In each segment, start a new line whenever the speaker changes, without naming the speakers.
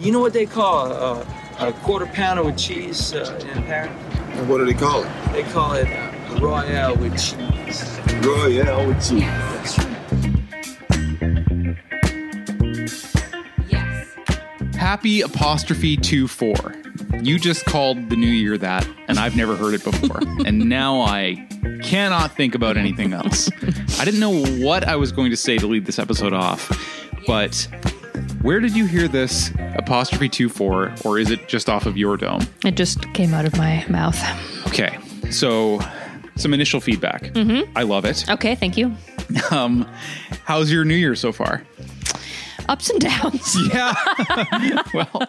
You know what they call a, a quarter pounder with cheese uh, in Paris?
And what do they call it?
They call it uh, Royale with cheese.
Royale with cheese.
Yes.
Happy apostrophe two four. You just called the new year that, and I've never heard it before. and now I cannot think about anything else. I didn't know what I was going to say to lead this episode off, but where did you hear this apostrophe two four, or is it just off of your dome?
It just came out of my mouth.
Okay, so some initial feedback. I love it.
Okay, thank you.
Um, how's your new year so far?
Ups and downs.
Yeah. well,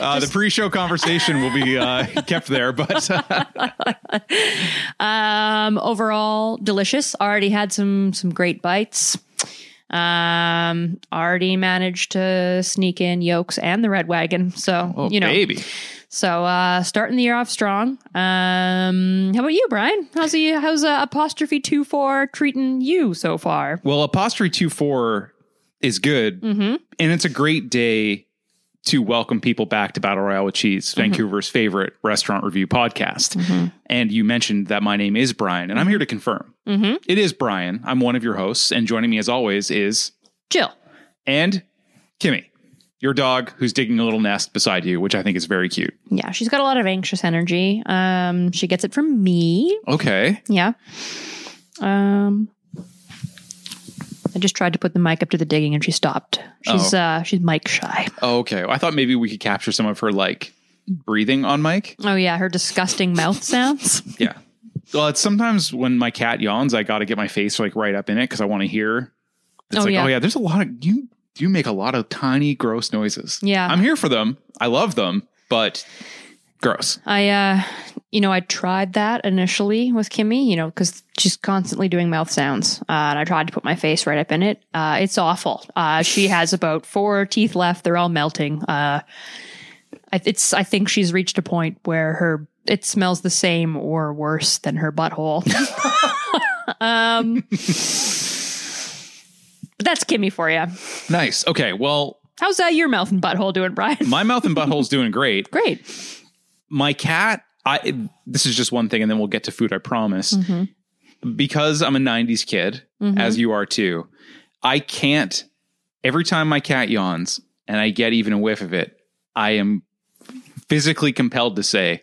uh, the pre-show conversation will be uh, kept there, but uh,
Um, overall, delicious. Already had some some great bites. Um, already managed to sneak in yolks and the red wagon. So
oh,
you know,
baby,
so uh, starting the year off strong. Um, how about you, Brian? How's the how's uh, apostrophe two four treating you so far?
well, apostrophe two four is good,
Mm-hmm.
and it's a great day to welcome people back to Battle Royale with Cheese,
Mm-hmm.
Vancouver's favorite restaurant review podcast. And you mentioned that my name is Brian, and I'm here to confirm
Mhm.
It is Brian. I'm one of your hosts, and joining me as always is
Jill.
and Kimmy, your dog who's digging a little nest beside you, which I think is very cute.
Yeah, she's got a lot of anxious energy. Um, she gets it from me.
Okay.
Yeah. Um I just tried to put the mic up to the digging and she stopped. She's
Oh.
uh she's mic shy.
Okay. I thought maybe we could capture some of her like breathing on mic.
Oh yeah, her disgusting mouth sounds.
Yeah. Well, it's sometimes when my cat yawns, I got to get my face like right up in it because I want to hear. It's
Oh,
like,
yeah.
oh yeah, there's a lot of you. You make a lot of tiny gross noises.
Yeah.
I'm here for them. I love them, but gross.
I uh you know, I tried that initially with Kimmy, you know, because she's constantly doing mouth sounds. Uh, and I tried to put my face right up in it. Uh, it's awful. Uh, she has about four teeth left. They're all melting. Uh, I- it's. I think she's reached a point where her it smells the same or worse than her butthole. um, but that's Kimmy for you.
Nice. Okay. Well,
How's uh, your mouth and butthole doing, Brian?
my mouth and butthole's doing great.
Great.
my cat i this is just one thing and then we'll get to food i promise
Mm-hmm.
because i'm a 90s kid as you are too i can't every time my cat yawns and i get even a whiff of it i am physically compelled to say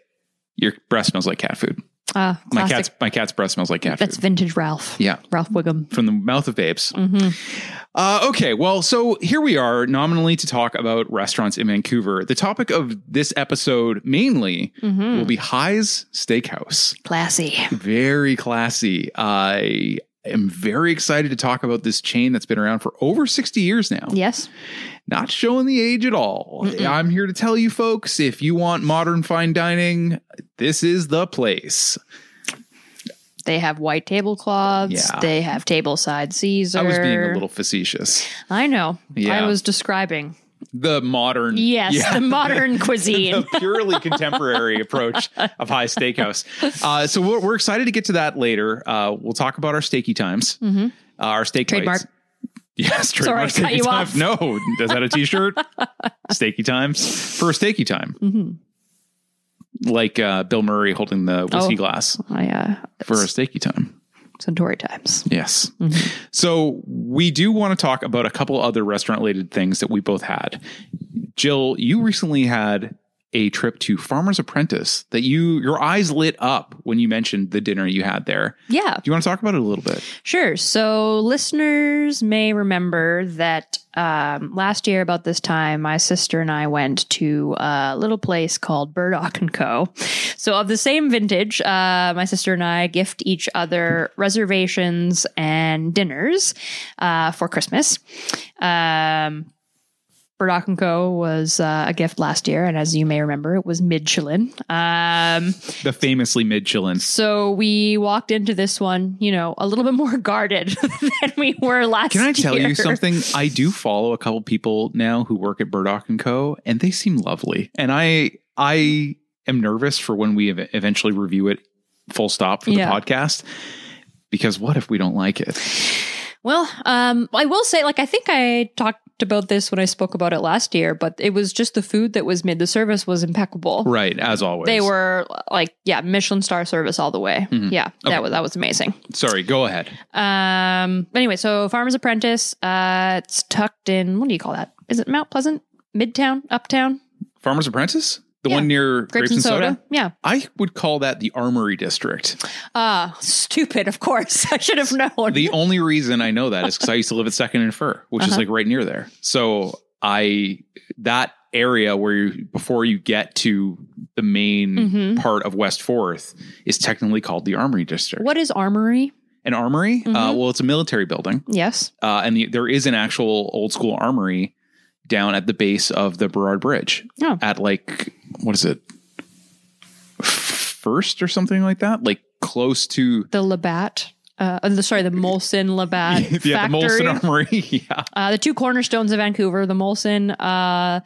your breath smells like cat food
Uh,
my
classic.
cat's my cat's breath smells like cat
That's
food
vintage Ralph.
yeah
Ralph Wiggum.
from the mouth of babes. Uh, okay, well, so here we are nominally to talk about restaurants in Vancouver. The topic of this episode mainly will be High's Steakhouse.
Classy.
Very classy. I am very excited to talk about this chain that's been around for over 60 years now.
Yes.
Not showing the age at all. I'm here to tell you folks if you want modern fine dining, this is the place.
They have white tablecloths.
Yeah.
They have tableside Caesar.
I was being a little facetious.
I know.
Yeah.
I was describing.
The modern.
Yes,
Yeah.
the modern
a
cuisine.
purely contemporary approach of High Steakhouse. Uh, so we're, we're excited to get to that later. Uh, we'll talk about our steaky times, uh, our steak
Mm-hmm. Trademark.
bites. Yes,
Sorry, I
trademark
cut
steaky
you
time.
off.
No, is that a T-shirt? steaky times for a steaky time, like uh, Bill Murray holding the whiskey
Mm-hmm. Oh.
glass
I, uh,
for a steaky time.
Centauri times.
Yes. So we do want to talk about a couple other restaurant related things that we both had. Jill, you recently had a trip to Farmer's Apprentice that you your eyes lit up when you mentioned the dinner you had there.
Yeah,
Do you want to talk about it a little bit?
sure. So listeners may remember that um, last year about this time, my sister and I went to a little place called Burdock and Co. So of the same vintage, uh, my sister and I gift each other reservations and dinners uh, for Christmas. Um, Burdock and Co. was uh, a gift last year, and as you may remember, it was Michelin. Um,
The famously mid chillin.
so we walked into this one, you know, a little bit more guarded than we were last.
Can I tell
year.
you something? I do follow a couple people now who work at Burdock and Co. and they seem lovely. And I I am nervous for when we ev- eventually review it full stop for the
Yeah.
podcast because what if we don't like it?
Well, um, I will say, like, I think I talked talked about this when I spoke about it last year, but it was just the food that was made. The service was impeccable.
Right, as always.
They were like, yeah, Michelin star service all the way. Yeah,
Mm-hmm. Okay.
that was that was amazing.
Sorry, go ahead.
Um. Anyway, so Farmer's Apprentice. Uh, it's tucked in. What do you call that? Is it Mount Pleasant, Midtown, Uptown?
Farmer's Apprentice? The
Yeah.
one near Grapes, and soda?
Yeah.
I would call that the Armory District.
Ah, stupid. Of course, I should have known.
The only reason I know that is because I used to live at Second and Fur, which is
Uh-huh.
like right near there. So I, that area where you, before you get to the main
Mhm.
part of West Fourth is technically called the Armory District.
what is Armory?
An armory? Uh,
Mhm.
well, it's a military building.
Yes.
Uh, and the, there is an actual old school armory down at the base of the Burrard Bridge.
Oh.
At like what is it? First or something like that? Like close to
The Labatt. Uh, uh, the, sorry, the Molson Labatt
yeah, the
factory.
Molson Armory. yeah.
uh, the two cornerstones of Vancouver: the Molson uh,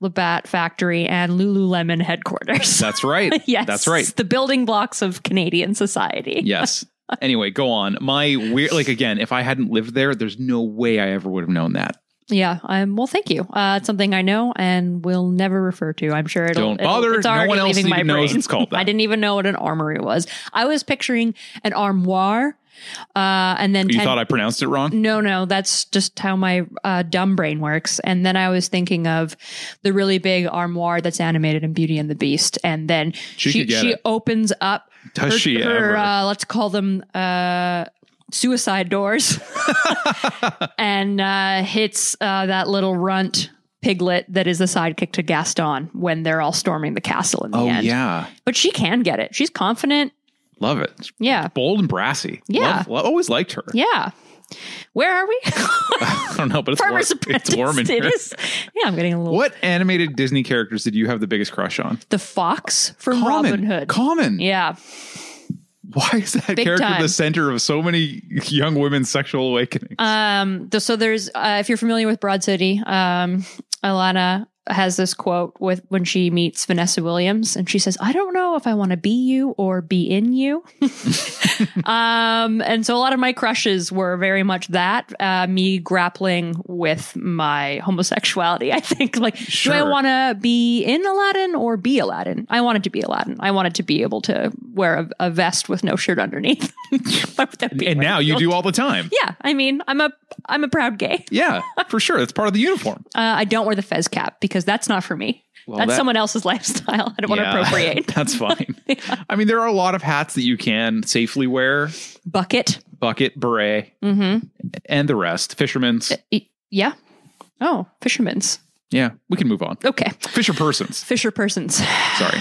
Labatt factory and Lululemon headquarters.
That's right.
yes,
That's right.
The building blocks of Canadian society.
Yes. Anyway, go on. My weird like again, if I hadn't lived there, there's no way I ever would have known that.
Yeah. Um, well, thank you. Uh, it's something I know and will never refer to. I'm sure it'll.
Don't
it'll-
bother.
it's
No
already
one else
leaving my
even knows
brain.
it's called that.
I didn't even know what an armory was. I was picturing an armoire, uh, and then
You
ten-
thought I pronounced it wrong?
no, no, that's just how my uh, dumb brain works. And then I was thinking of the really big armoire that's animated in Beauty and the Beast, and then
She
she
could get
she
it.
opens up.
Does
her,
she
her,
ever?
Uh, let's call them uh, suicide doors, and uh, hits uh, that little runt piglet that is the sidekick to Gaston when they're all storming the castle in the
oh
end.
yeah.
But she can get it. She's confident.
Love it.
Yeah,
Bold and brassy.
Yeah.
Love- lo- always liked her.
yeah. Where are we?
I don't know, but it's
Farmer's
warm.
Apprentice.
It's warm in
It
here.
is. Yeah, I'm getting a little.
What animated Disney characters did you have the biggest crush on?
The fox from
Common.
Robin Hood.
Common.
yeah,
Why is that
Big
character
time.
the center of so many young women's sexual awakening?
Um, th- so there's uh, if you're familiar with Broad City, um, Alana has this quote with when she meets Vanessa Williams, and she says, "I don't know if I want to be you or be in you." um, and so a lot of my crushes were very much that uh, me grappling with my homosexuality. I think like, do
Sure.
I want to be in Aladdin or be Aladdin? I wanted to be Aladdin. I wanted to be able to wear a, a vest with no shirt underneath. Why would that be
and
what I
now you
feel?
do all the time.
Yeah, I mean, I'm a I'm a proud gay.
Yeah, for sure. That's part of the uniform.
Uh, I don't wear the fez cap because that's not for me.
Well,
that's
that-
someone else's lifestyle. I don't want
Yeah,
to appropriate.
That's fine. I mean, there are a lot of hats that you can safely wear
Bucket.
bucket, beret,
Mm-hmm. Uh,
and the rest. Fishermen's.
Yeah. Oh, fishermen's.
Yeah, we can move on.
Okay,
Fisher persons.
fisher persons.
Sorry.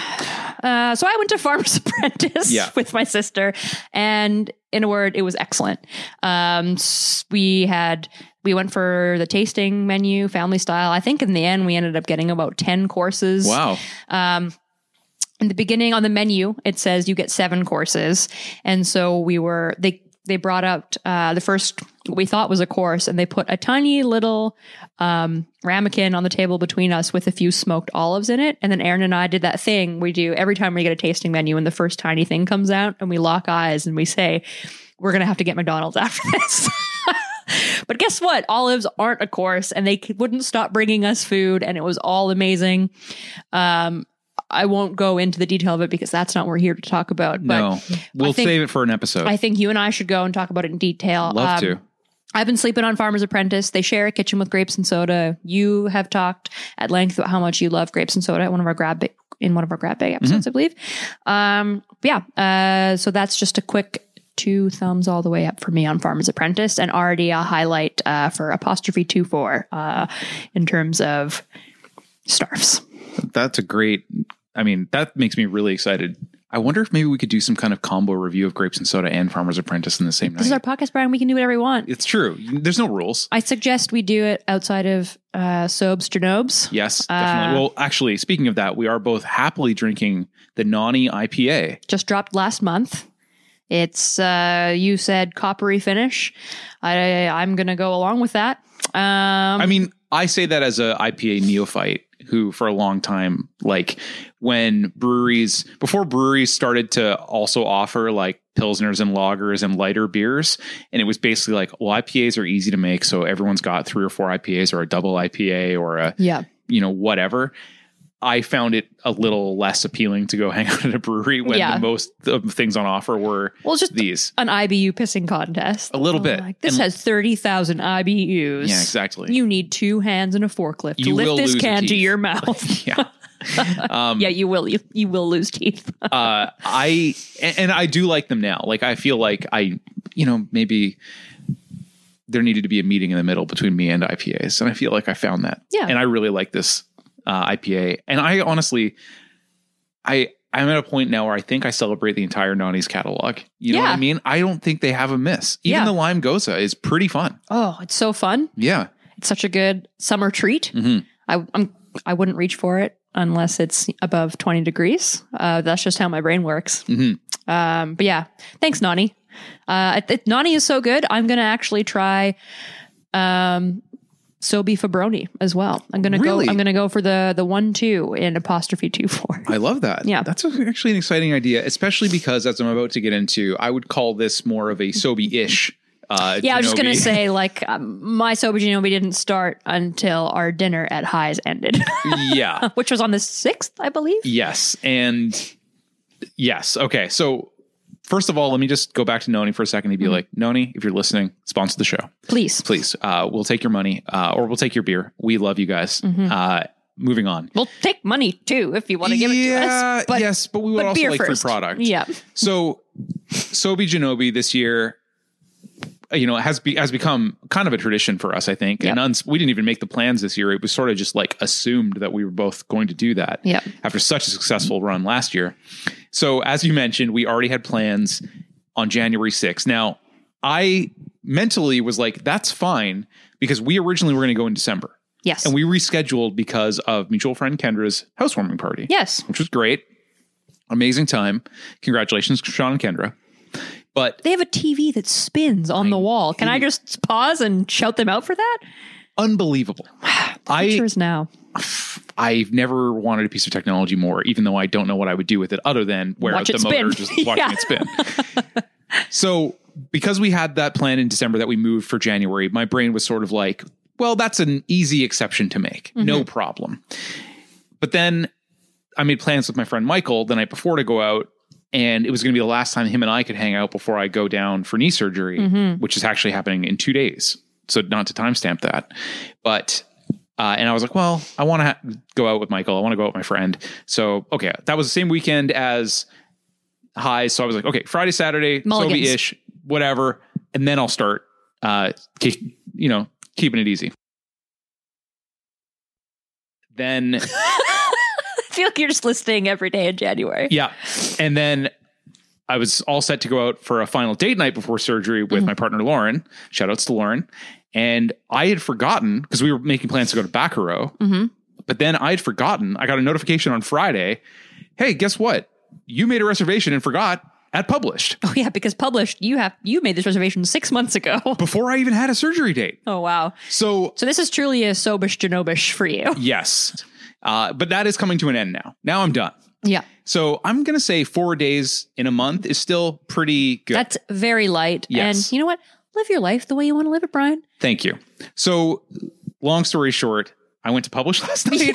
Uh, so I went to Farmer's Apprentice
Yeah.
with my sister, and in a word, it was excellent. Um, s- we had we went for the tasting menu, family style. I think in the end we ended up getting about ten courses.
Wow.
Um, in the beginning on the menu, it says you get seven courses, and so we were they they brought out uh, the first what we thought was a course, and they put a tiny little um, ramekin on the table between us with a few smoked olives in it, and then Aaron and I did that thing we do every time we get a tasting menu, and the first tiny thing comes out, and we lock eyes and we say, "We're gonna have to get McDonald's after this." But guess what? Olives aren't a course, and they c- wouldn't stop bringing us food, and it was all amazing. Um, I won't go into the detail of it because that's not what we're here to talk about. But
no, we'll
think-
save it for an episode.
I think you and I should go and talk about it in detail.
Love
Um,
to.
I've been sleeping on Farmer's Apprentice. They share a kitchen with Grapes and Soda. You have talked at length about how much you love Grapes and Soda at one of our grab bag, in one of our grab bag episodes, I believe. Um, but yeah. Uh, so that's just a quick two thumbs all the way up for me on Farmer's Apprentice, and already a highlight uh, for apostrophe two four uh, in terms of scarves.
That's a great. I mean, that makes me really excited. I wonder if maybe we could do some kind of combo review of Grapes and Soda and Farmer's Apprentice in the same night.
This is our podcast, Brian. We can do whatever we want.
it's true. There's no rules.
I suggest we do it outside of uh, Sobes Janobes.
Yes, definitely. Well, actually, speaking of that, we are both happily drinking the Nani IPA.
Just dropped last month. It's uh, you said coppery finish. I I'm gonna go along with that. Um,
I mean, I say that as a IPA neophyte who for a long time like when breweries before breweries started to also offer like pilsners and lagers and lighter beers. And it was basically like, well, IPAs are easy to make, so everyone's got three or four IPAs or a double IPA or a
Yeah.
you know whatever. I found it a little less appealing to go hang out at a brewery when
Yeah.
the most of things on offer were
Well, it's just
these.
an IBU pissing contest.
A little
I'm
bit.
Like, this
And-
has 30,000 IBUs.
Yeah, exactly.
You need two hands and a forklift to
You will
lift this
lose your
can to
teeth.
your mouth.
yeah. Um,
yeah, you will. You, you will lose teeth.
uh, I and, and I do like them now. Like I feel like I, you know, maybe there needed to be a meeting in the middle between me and IPAs, and I feel like I found that.
Yeah.
and I really like this uh, IPA, and I honestly, I. I'm at a point now where I think I celebrate the entire Nani's catalog. You know what
Yeah.
I mean? I don't think they have a miss. Even
Yeah.
the Lime Goza is pretty fun.
oh, it's so fun.
Yeah.
It's such a good summer treat.
Mhm.
I I'm, I wouldn't reach for it unless it's above 20 degrees. Uh, that's just how my brain works.
Mhm.
Um, but yeah, thanks, Nani. Uh, it, it- Nani is so good. I'm gonna actually try. Um, Sobe Fabroni as well. I'm gonna
Really?
go. I'm gonna go for the the one two in apostrophe two four.
I love that.
Yeah.
That's a- actually an exciting idea, especially because as I'm about to get into, I would call this more of a Sobe ish. Uh,
Yeah, I was just gonna
Shinobi.
say like um, my Sobe Shinobi didn't start until our dinner at Highs ended,
yeah.
which was on the sixth, I believe.
Yes. And yes. Okay. So first of all, let me just go back to Noni for a second
Mm-hmm.
and be like, Noni, if you're listening, sponsor the show.
Please,
Please. Uh, we'll take your money uh, or we'll take your beer. We love you guys.
Mm-hmm.
Uh, moving on.
we'll take money too if you want to give it to
Yeah,
us. But,
yes, but we would
but
also
beer
like
first.
free product.
Yeah,
So Sobi Janobi this year uh, you know has be, has become kind of a tradition for us I think and
Yep.
uns- we didn't even make the plans this year it was sort of just like assumed that we were both going to do that
Yep.
after such a successful run last year so as you mentioned we already had plans on January 6th now I mentally was like that's fine because we originally were going to go in December
yes,
and we rescheduled because of mutual friend Kendra's housewarming party
yes.
which was great. Amazing time. Congratulations, Sean and Kendra. But
They have a TV that spins on the wall. Can I just pause and shout them out for that?
unbelievable. I
Pictures now.
I've never wanted a piece of technology more, even though I don't know what I would do with it other than wear
Watch
out
it
the motor,
spin.
just watching
Yeah.
it spin. so because we had that plan in December that we moved for January, my brain was sort of like, well, that's an easy exception to make.
Mm-hmm.
No problem. But then I made plans with my friend Michael the night before to go out. And it was going to be the last time him and I could hang out before I go down for knee surgery, which is actually happening in two days. So, not to timestamp that. But, uh, and I was like, well, I want to ha- go out with Michael. I want to go out with my friend. So, okay, that was the same weekend as highs. So I was like, okay, Friday, Saturday,
Mulligans.
Sobe ish, whatever. And then I'll start, uh, ke- you know, keeping it easy. Then,
I feel like you're just listening every day in January.
yeah. And then I was all set to go out for a final date night before surgery with my partner, Lauren. Shout outs to Lauren. And I had forgotten because we were making plans to go to Baccaro.
Mhm.
But then I'd forgotten. I got a notification on Friday. Hey, guess what? You made a reservation and forgot at published
Oh yeah, because published you have you made this reservation six months ago.
before I even had a surgery date.
Oh wow.
So
So this is truly a sobish genobish for you.
yes, uh, but that is coming to an end now. Now I'm done.
Yeah.
So I'm gonna say four days in a month is still pretty good.
That's very light.
Yes.
And you know what? Live your life the way you want to live it, Brian.
Thank you. So long story short, I went to publish last night.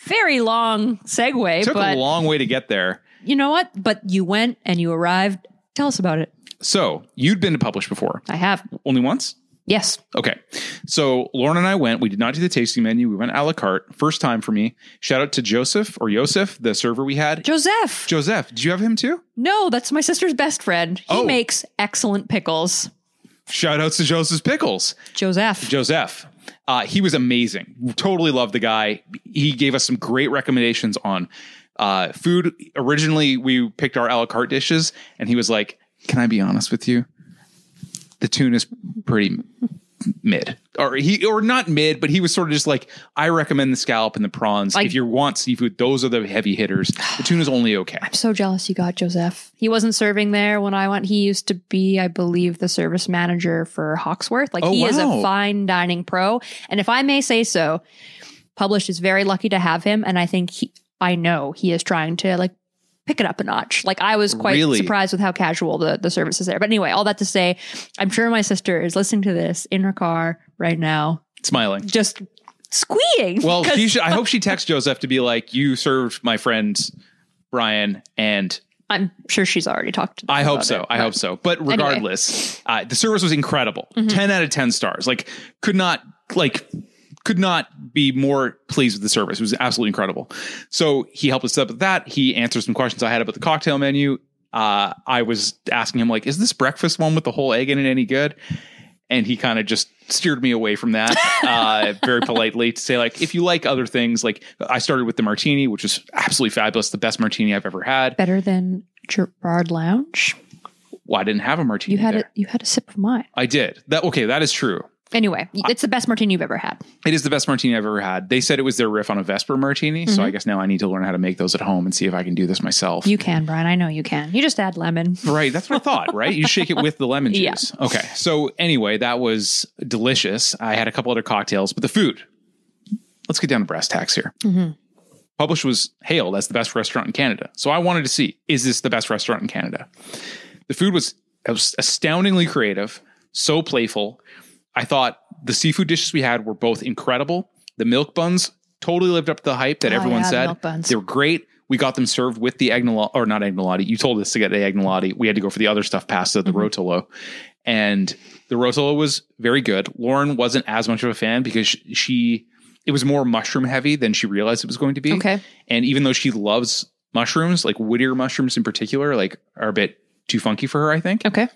Very long segue,
Took
but
a long way to get there.
you know what? But you went and you arrived. Tell us about it.
So you'd been to publish before,
I have.
only once.
Yes.
Okay. So Lauren and I went. We did not do the tasting menu. We went a la carte. First time for me. Shout out to Joseph or Yosef, the server we had.
Joseph.
Joseph, did you have him too?
No, that's my sister's best friend. He
Oh.
makes excellent pickles.
Shout outs to Joseph's Pickles.
Joseph.
Joseph. Uh, he was amazing. Totally loved the guy. He gave us some great recommendations on uh, food. Originally, we picked our a la carte dishes, and he was like, "Can I be honest with you? The tune is pretty mid, or he, or not mid, but he was sort of just like, I recommend the scallop and the prawns.
I-
if you want seafood, those are the heavy hitters. The tune is only okay.
so jealous you got Joseph. He wasn't serving there when I went. He used to be, I believe, the service manager for Hawksworth. Like
Oh,
he is
wow.
a fine dining pro. And if I may say so, Published is very lucky to have him. And I think he, I know he is trying to like pick it up a notch. Like I was quite
Really?
surprised with how casual the, the service is there. But anyway, all that to say, I'm sure my sister is listening to this in her car right now,
Smiling.
just squeeing.
Well,
because-
she should, I hope she texts Joseph to be like, "You served my friend Brian, and
I'm sure she's already talked to them
I hope
about
so.
it,
I
but-
hope so. But regardless, uh, the service was incredible.
Mm-hmm.
Ten out of ten stars. Like, could not like could not be more pleased with the service. It was absolutely incredible. So he helped us set up with that. He answered some questions I had about the cocktail menu. Uh, I was asking him like, "Is this breakfast one with the whole egg in it any good?" And he kind of just steered me away from that uh, very politely to say like, "If you like other things, like I started with the martini, which was absolutely fabulous, the best martini I've ever had.
Better than Gerard Lounge.
Well, I didn't have a martini.
You had
there.
a you had a sip of mine.
I did. That okay, that is true.
Anyway, it's the best martini you've ever had.
It is the best martini I've ever had. They said it was their riff on a Vesper martini, so I guess now I need to learn how to make those at home and see if I can do this myself.
You can, Brian. I know you can. You just add lemon.
right, that's what I thought, right? You shake it with the lemon
Yeah.
juice. Okay. So anyway, that was delicious. I had a couple other cocktails, but the food. Let's get down to brass tacks here.
Mm-hmm.
Publish was hailed as the best restaurant in Canada. So I wanted to see, is this the best restaurant in Canada? The food was was astoundingly creative, so playful. I thought the seafood dishes we had were both incredible. The milk buns totally lived up to the hype that
Oh,
everyone
yeah, the
said.
milk buns.
They were great. We got them served with the agnolotti, or not agnolotti. You told us to get the agnolotti. We had to go for the other stuff pasta,
Mm-hmm.
the rotolo. And the rotolo was very good. Lauren wasn't as much of a fan because she, she it was more mushroom heavy than she realized it was going to be.
Okay.
And even though she loves mushrooms, like Whittier mushrooms in particular, like are a bit too funky for her, I think
Okay.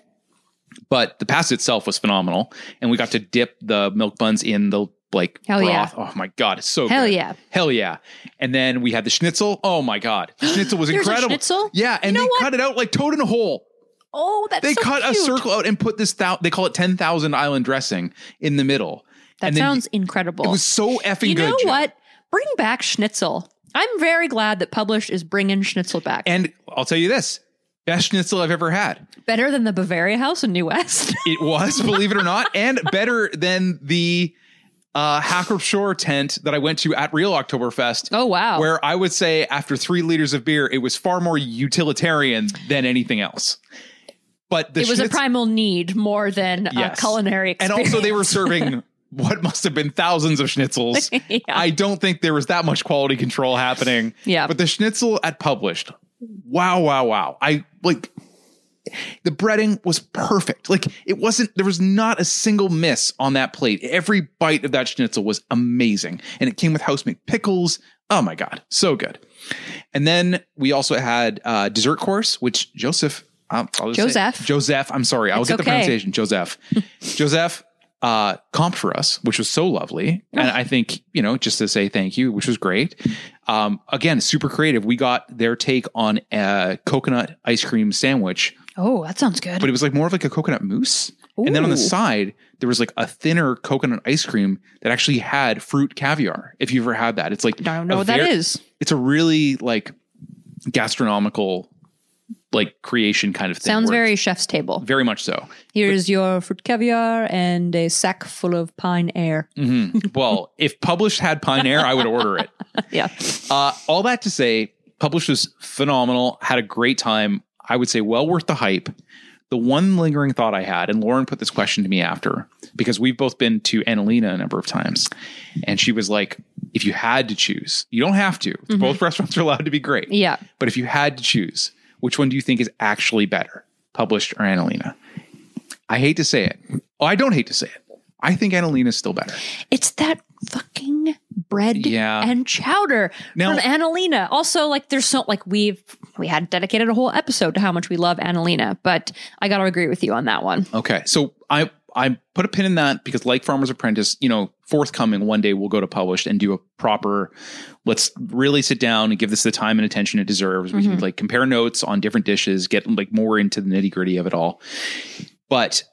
but the pasta itself was phenomenal and we got to dip the milk buns in the like
Hell
broth. Oh
yeah.
my god, it's so
Hell
good.
yeah.
Hell yeah. And then we had the schnitzel. Oh my god. The schnitzel was
There's a
incredible.
schnitzel?
Yeah, and
know
they
what?
cut it out like toad in a hole.
Oh, that's
They
so
cut a
cute.
circle out and put this thou- they call it 10,000 island dressing in the middle.
That
and then
sounds incredible.
it was so effing
you
good.
know
Jen.
what? Bring back schnitzel. I'm very glad that Publish is bringing schnitzel back.
And I'll tell you this. Best schnitzel I've ever had.
Better than the Bavaria House in New West.
It was, believe it or not, and better than the uh, Hacker Shore tent that I went to at Real Oktoberfest.
Oh, wow.
Where I would say after three liters of beer, it was far more utilitarian than anything else. But the
it was a
schnitz-
primal need more than
Yes.
a culinary
and
experience.
also they were serving what must have been thousands of schnitzels.
Yeah.
I don't think there was that much quality control happening.
Yeah.
but the schnitzel at Published, wow, wow, wow! I like the breading was perfect. Like it wasn't. There was not a single miss on that plate. Every bite of that schnitzel was amazing, and it came with house made pickles. Oh my god, so good! And then we also had uh, dessert course, which Joseph. Um, I'll just say-
Joseph.
Joseph. I'm sorry. I'll
It's
get the
okay.
pronunciation. Joseph. Joseph uh, comped for us, which was so lovely. And
Oh.
I think, you know, just to say thank you, which was great. Um, again, super creative. We got their take on a coconut ice cream sandwich,
oh, that sounds good.
but it was like more of like a coconut mousse. And then on the
Ooh.
side, there was like a thinner coconut ice cream that actually had fruit caviar. If you've ever had that, it's like
I don't know
a
what that
ver-
is.
It's a really like gastronomical, like creation kind of thing.
Sounds
where
very
it's-
chef's table.
very much so.
Here's your fruit caviar and a sack full of pine air.
Mm. Well, if Published had Pine Air, I would order it.
yeah.
Uh, all that to say, Published was phenomenal. Had a great time. I would say well worth the hype. The one lingering thought I had, and Lauren put this question to me after, because we've both been to Annalena a number of times, and she was like, "If you had to choose, you don't have to. Both restaurants are allowed to be great.
Yeah.
But if you had to choose, which one do you think is actually better, Published or Annalena? I hate to say it. Oh, I don't hate to say it. I think Annalena's still better.
It's that fucking bread
Yeah.
and chowder
Now-
from Annalena. Also, like there's so like we've we had dedicated a whole episode to how much we love Annalena, but I gotta agree with you on that one.
Okay. So I I put a pin in that because like Farmer's Apprentice, you know, forthcoming one day we'll go to published and do a proper let's really sit down and give this the time and attention it deserves. We can like compare notes on different dishes, get like more into the nitty-gritty of it all. But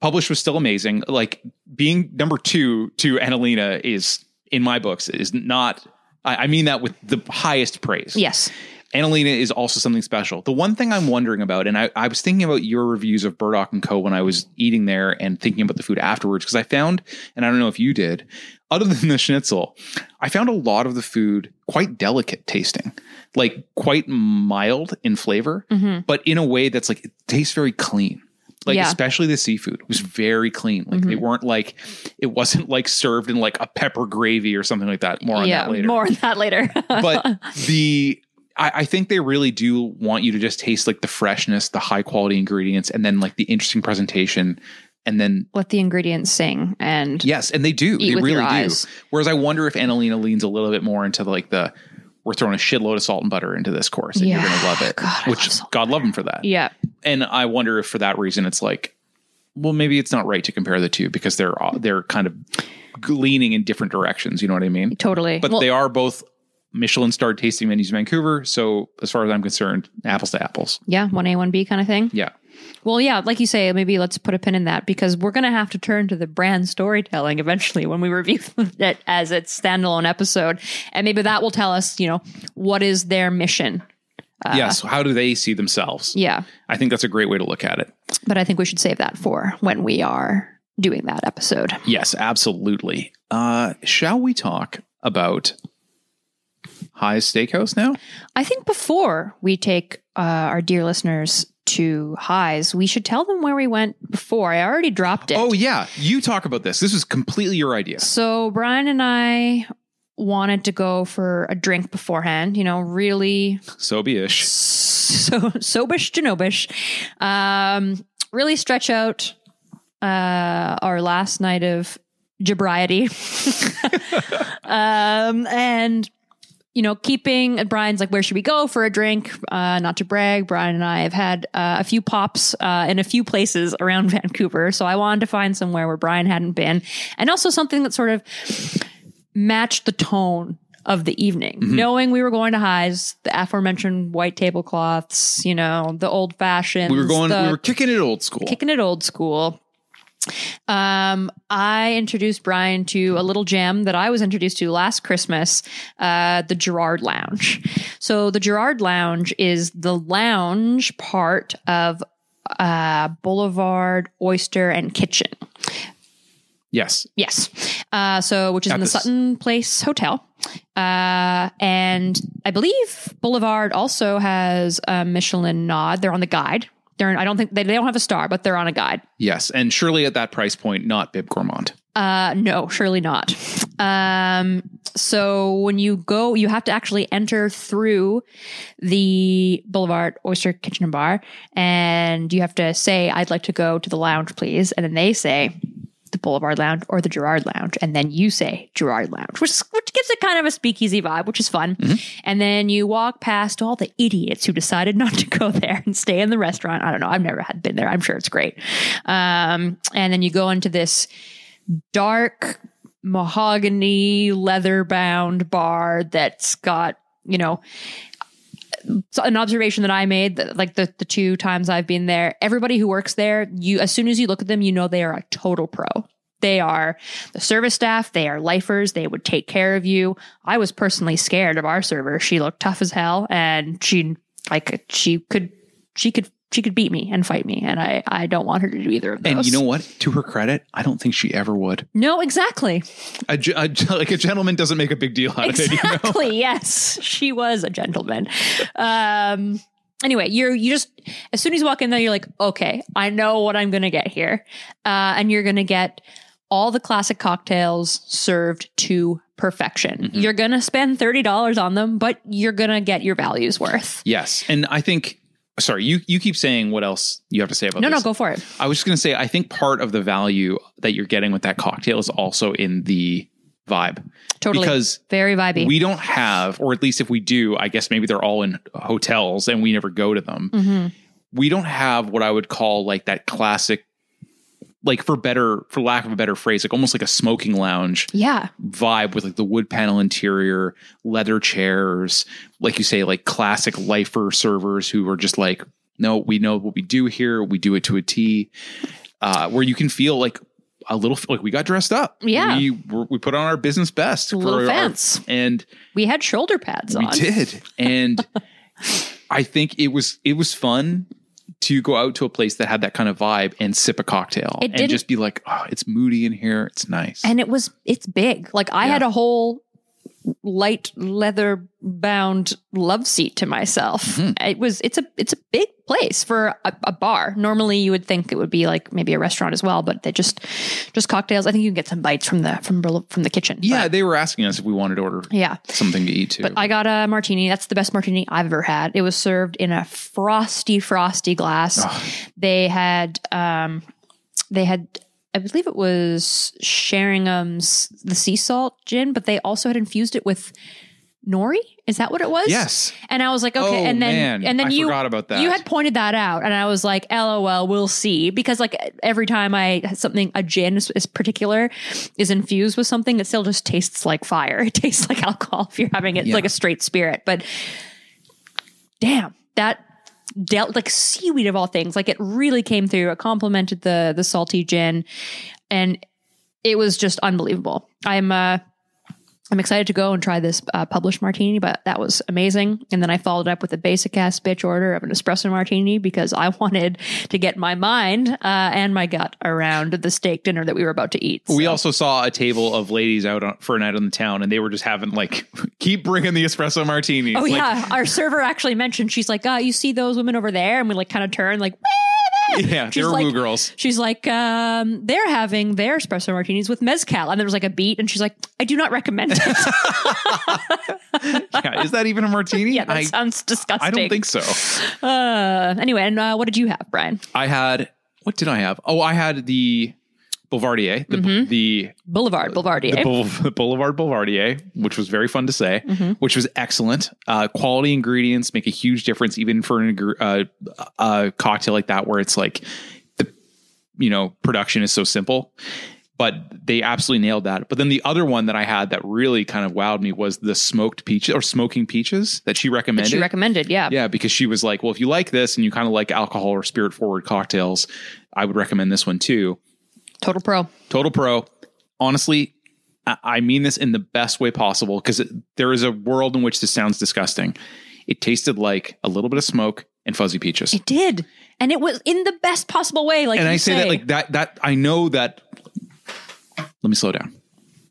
published was still amazing. Like being number two to Annalena is in my books is not I I mean that with the highest praise.
Yes.
Annalena is also something special. The one thing I'm wondering about, and I, I was thinking about your reviews of Burdock and Co. when I was eating there and thinking about the food afterwards, because I found, and I don't know if you did, other than the schnitzel, I found a lot of the food quite delicate tasting, like quite mild in flavor, but in a way that's like, it tastes very clean. Like,
Mm-hmm. Yeah. Mm-hmm.
especially the seafood was very clean. Like, they weren't like, it wasn't like served in like a pepper gravy or something like that. More on
yeah,
that later
more on that later.
but the I, I think they really do want you to just taste like the freshness, the high quality ingredients, and then like the interesting presentation, and then
let the ingredients sing and
yes, and they do,
Eat
they
with
really
your
do.
eyes.
Whereas I wonder if Annalena leans a little bit more into like the we're throwing a shitload of salt and butter into this course, and you're
Yeah.
gonna love it.
God, I
which
love salt
God love him for that.
yeah,
And I wonder if for that reason it's like, well, maybe it's not right to compare the two because they're all- they're kind of leaning in different directions. You know what I mean?
totally.
but
Well,
they are both Michelin starred tasting menus in Vancouver. So as far as I'm concerned, apples to apples.
yeah, one A, one B kind of thing.
Yeah.
Well, yeah, like you say, maybe let's put a pin in that because we're going to have to turn to the brand storytelling eventually when we review it as its standalone episode. And maybe that will tell us, you know, what is their mission.
yes. How do they see themselves?
Uh-huh. Yeah.
I think that's a great way to look at it.
But I think we should save that for when we are doing that episode.
Yes, absolutely. Uh, shall we talk about High Steakhouse now?
I think before we take uh, our dear listeners to highs, we should tell them where we went before. I already dropped it.
Oh yeah, you talk about this. This is completely your idea.
So Brian and I wanted to go for a drink beforehand, you know, really
So be ish.
so sobish to nobish. Um, really stretch out uh, our last night of jabriety. um, and you know, keeping and Brian's like, where should we go for a drink? Uh, not to brag, Brian and I have had uh, a few pops uh, in a few places around Vancouver, so I wanted to find somewhere where Brian hadn't been, and also something that sort of matched the tone of the evening.
Mm-hmm.
Knowing we were going to highs, the aforementioned white tablecloths, you know, the old fashioned.
We were going. we were kicking it old school.
kicking it old school. Um, I introduced Brian to a little gem that I was introduced to last Christmas, uh, the Gerard Lounge. So the Gerard Lounge is the lounge part of uh, Boulevard Oyster and Kitchen.
yes.
Yes. Uh, so, which is
At
in the
this-
Sutton Place Hotel. Uh, and I believe Boulevard also has a Michelin nod. They're on the guide. They're, I don't think they, they don't have a star, but they're on a guide.
Yes. And surely at that price point, not Bib Gourmand.
Uh, no, surely not. Um, so when you go, you have to actually enter through the Boulevard Oyster Kitchen and Bar, and you have to say, "I'd like to go to the lounge, please," and then they say. The Boulevard Lounge or the Gerard Lounge, and then you say Gerard Lounge, which which gives it kind of a speakeasy vibe, which is fun. And then you walk past all the idiots who decided not to go there and stay in the restaurant. I don't know; I've never had been there. I'm sure it's great. Um, and then you go into this dark mahogany leather bound bar that's got you know so an observation that i made that like the, the two times i've been there everybody who works there you as soon as you look at them you know they are a total pro they are the service staff they are lifers they would take care of you i was personally scared of our server she looked tough as hell and she like she could she could she could beat me and fight me and i i don't want her to do either of those
And you know what? To her credit, I don't think she ever would.
no exactly
a, ge- a ge- like a gentleman doesn't make a big deal out of it. You know?
exactly yes she was a gentleman um anyway you're you just as soon as you walk in there you're like okay i know what i'm gonna get here uh and you're gonna get all the classic cocktails served to perfection
Mm-hmm.
you're gonna spend $30 on them but you're gonna get your values worth
Yes, and I think. Sorry, you you keep saying what else you have to say about
no
this.
no go for it
I was just gonna say I think part of the value that you're getting with that cocktail is also in the vibe
totally
because
very vibey
we don't have, or at least if we do, I guess maybe they're all in hotels and we never go to them.
Mhm.
We don't have what I would call like that classic, like for better, for lack of a better phrase, like almost like a smoking lounge
yeah
vibe with like the wood panel interior, leather chairs, like you say, like classic lifer servers who are just like, no, we know what we do here. We do it to a T, uh, where you can feel like a little like we got dressed up.
Yeah.
we we're- we put on our business best,
A little
for our-
fancy.
and
we had shoulder pads
we
on
did, and I think it was it was fun to go out to a place that had that kind of vibe and sip a cocktail
It
and
didn't-
just be like, oh, it's moody in here. It's nice.
and it was it's big. Like I
Yeah.
had a whole light leather bound love seat to myself.
Mm-hmm.
It was it's a it's a big place for a, a bar. Normally you would think it would be like maybe a restaurant as well, but they just just cocktails. I think you can get some bites from the from bel- from the kitchen.
yeah,
but-
they were asking us if we wanted to order
yeah.
something to eat too.
But I got a martini. That's the best martini I've ever had. It was served in a frosty, frosty glass. They had, um, they had, I believe it was Sheringham's the sea salt gin, but they also had infused it with nori. Is that what it was?
Yes.
And I was like, okay.
Oh,
and then,
man.
and then
I
you
forgot about that.
You had pointed that out, and I was like, lol, we'll see, because like every time I something a gin is, is particular is infused with something, it still just tastes like fire. It tastes like alcohol if you're having it
Yeah.
like a straight spirit, but damn that dealt like seaweed of all things like it really came through it complemented the the salty gin and it was just unbelievable i'm uh i'm excited to go and try this uh, published martini but that was amazing and then i followed up with a basic ass bitch order of an espresso martini because i wanted to get my mind uh, and my gut around the steak dinner that we were about to eat
we
So-
also saw a table of ladies out on, for a night in the town, and they were just having like, keep bringing the espresso martinis.
Oh
like,
yeah, our server actually mentioned she's like, "Uh, you see those women over there?" And we like kind of turn like,
yeah, they
She's
were
like-
woo girls.
She's like, um, they're having their espresso martinis with mezcal, and there was like a beat, and she's like, I do not recommend it.
Yeah, is that even a martini?
yeah, that
I,
sounds disgusting.
I don't think so.
Uh, anyway, and uh, what did you have, Brian?
I had what did I have? Oh, I had the Boulevardier, the
Mm-hmm.
the,
Boulevard, Boulevardier.
the Boul- Boulevard Boulevardier, which was very fun to say, which was excellent. Uh, quality ingredients make a huge difference, even for an, ingre- uh, a cocktail like that, where it's like the you know production is so simple. But they absolutely nailed that. But then the other one that I had that really kind of wowed me was the smoked peaches or smoking peaches that she recommended.
she recommended, yeah.
Yeah, because she was like, well, if you like this and you kind of like alcohol or spirit forward cocktails, I would recommend this one too.
Total pro.
Total Pro, honestly, I- I mean this in the best way possible because there is a world in which this sounds disgusting. It tasted like a little bit of smoke and fuzzy peaches.
It did, and it was in the best possible way. Like,
and
you
I say, that like that, that I know that. Let me slow down.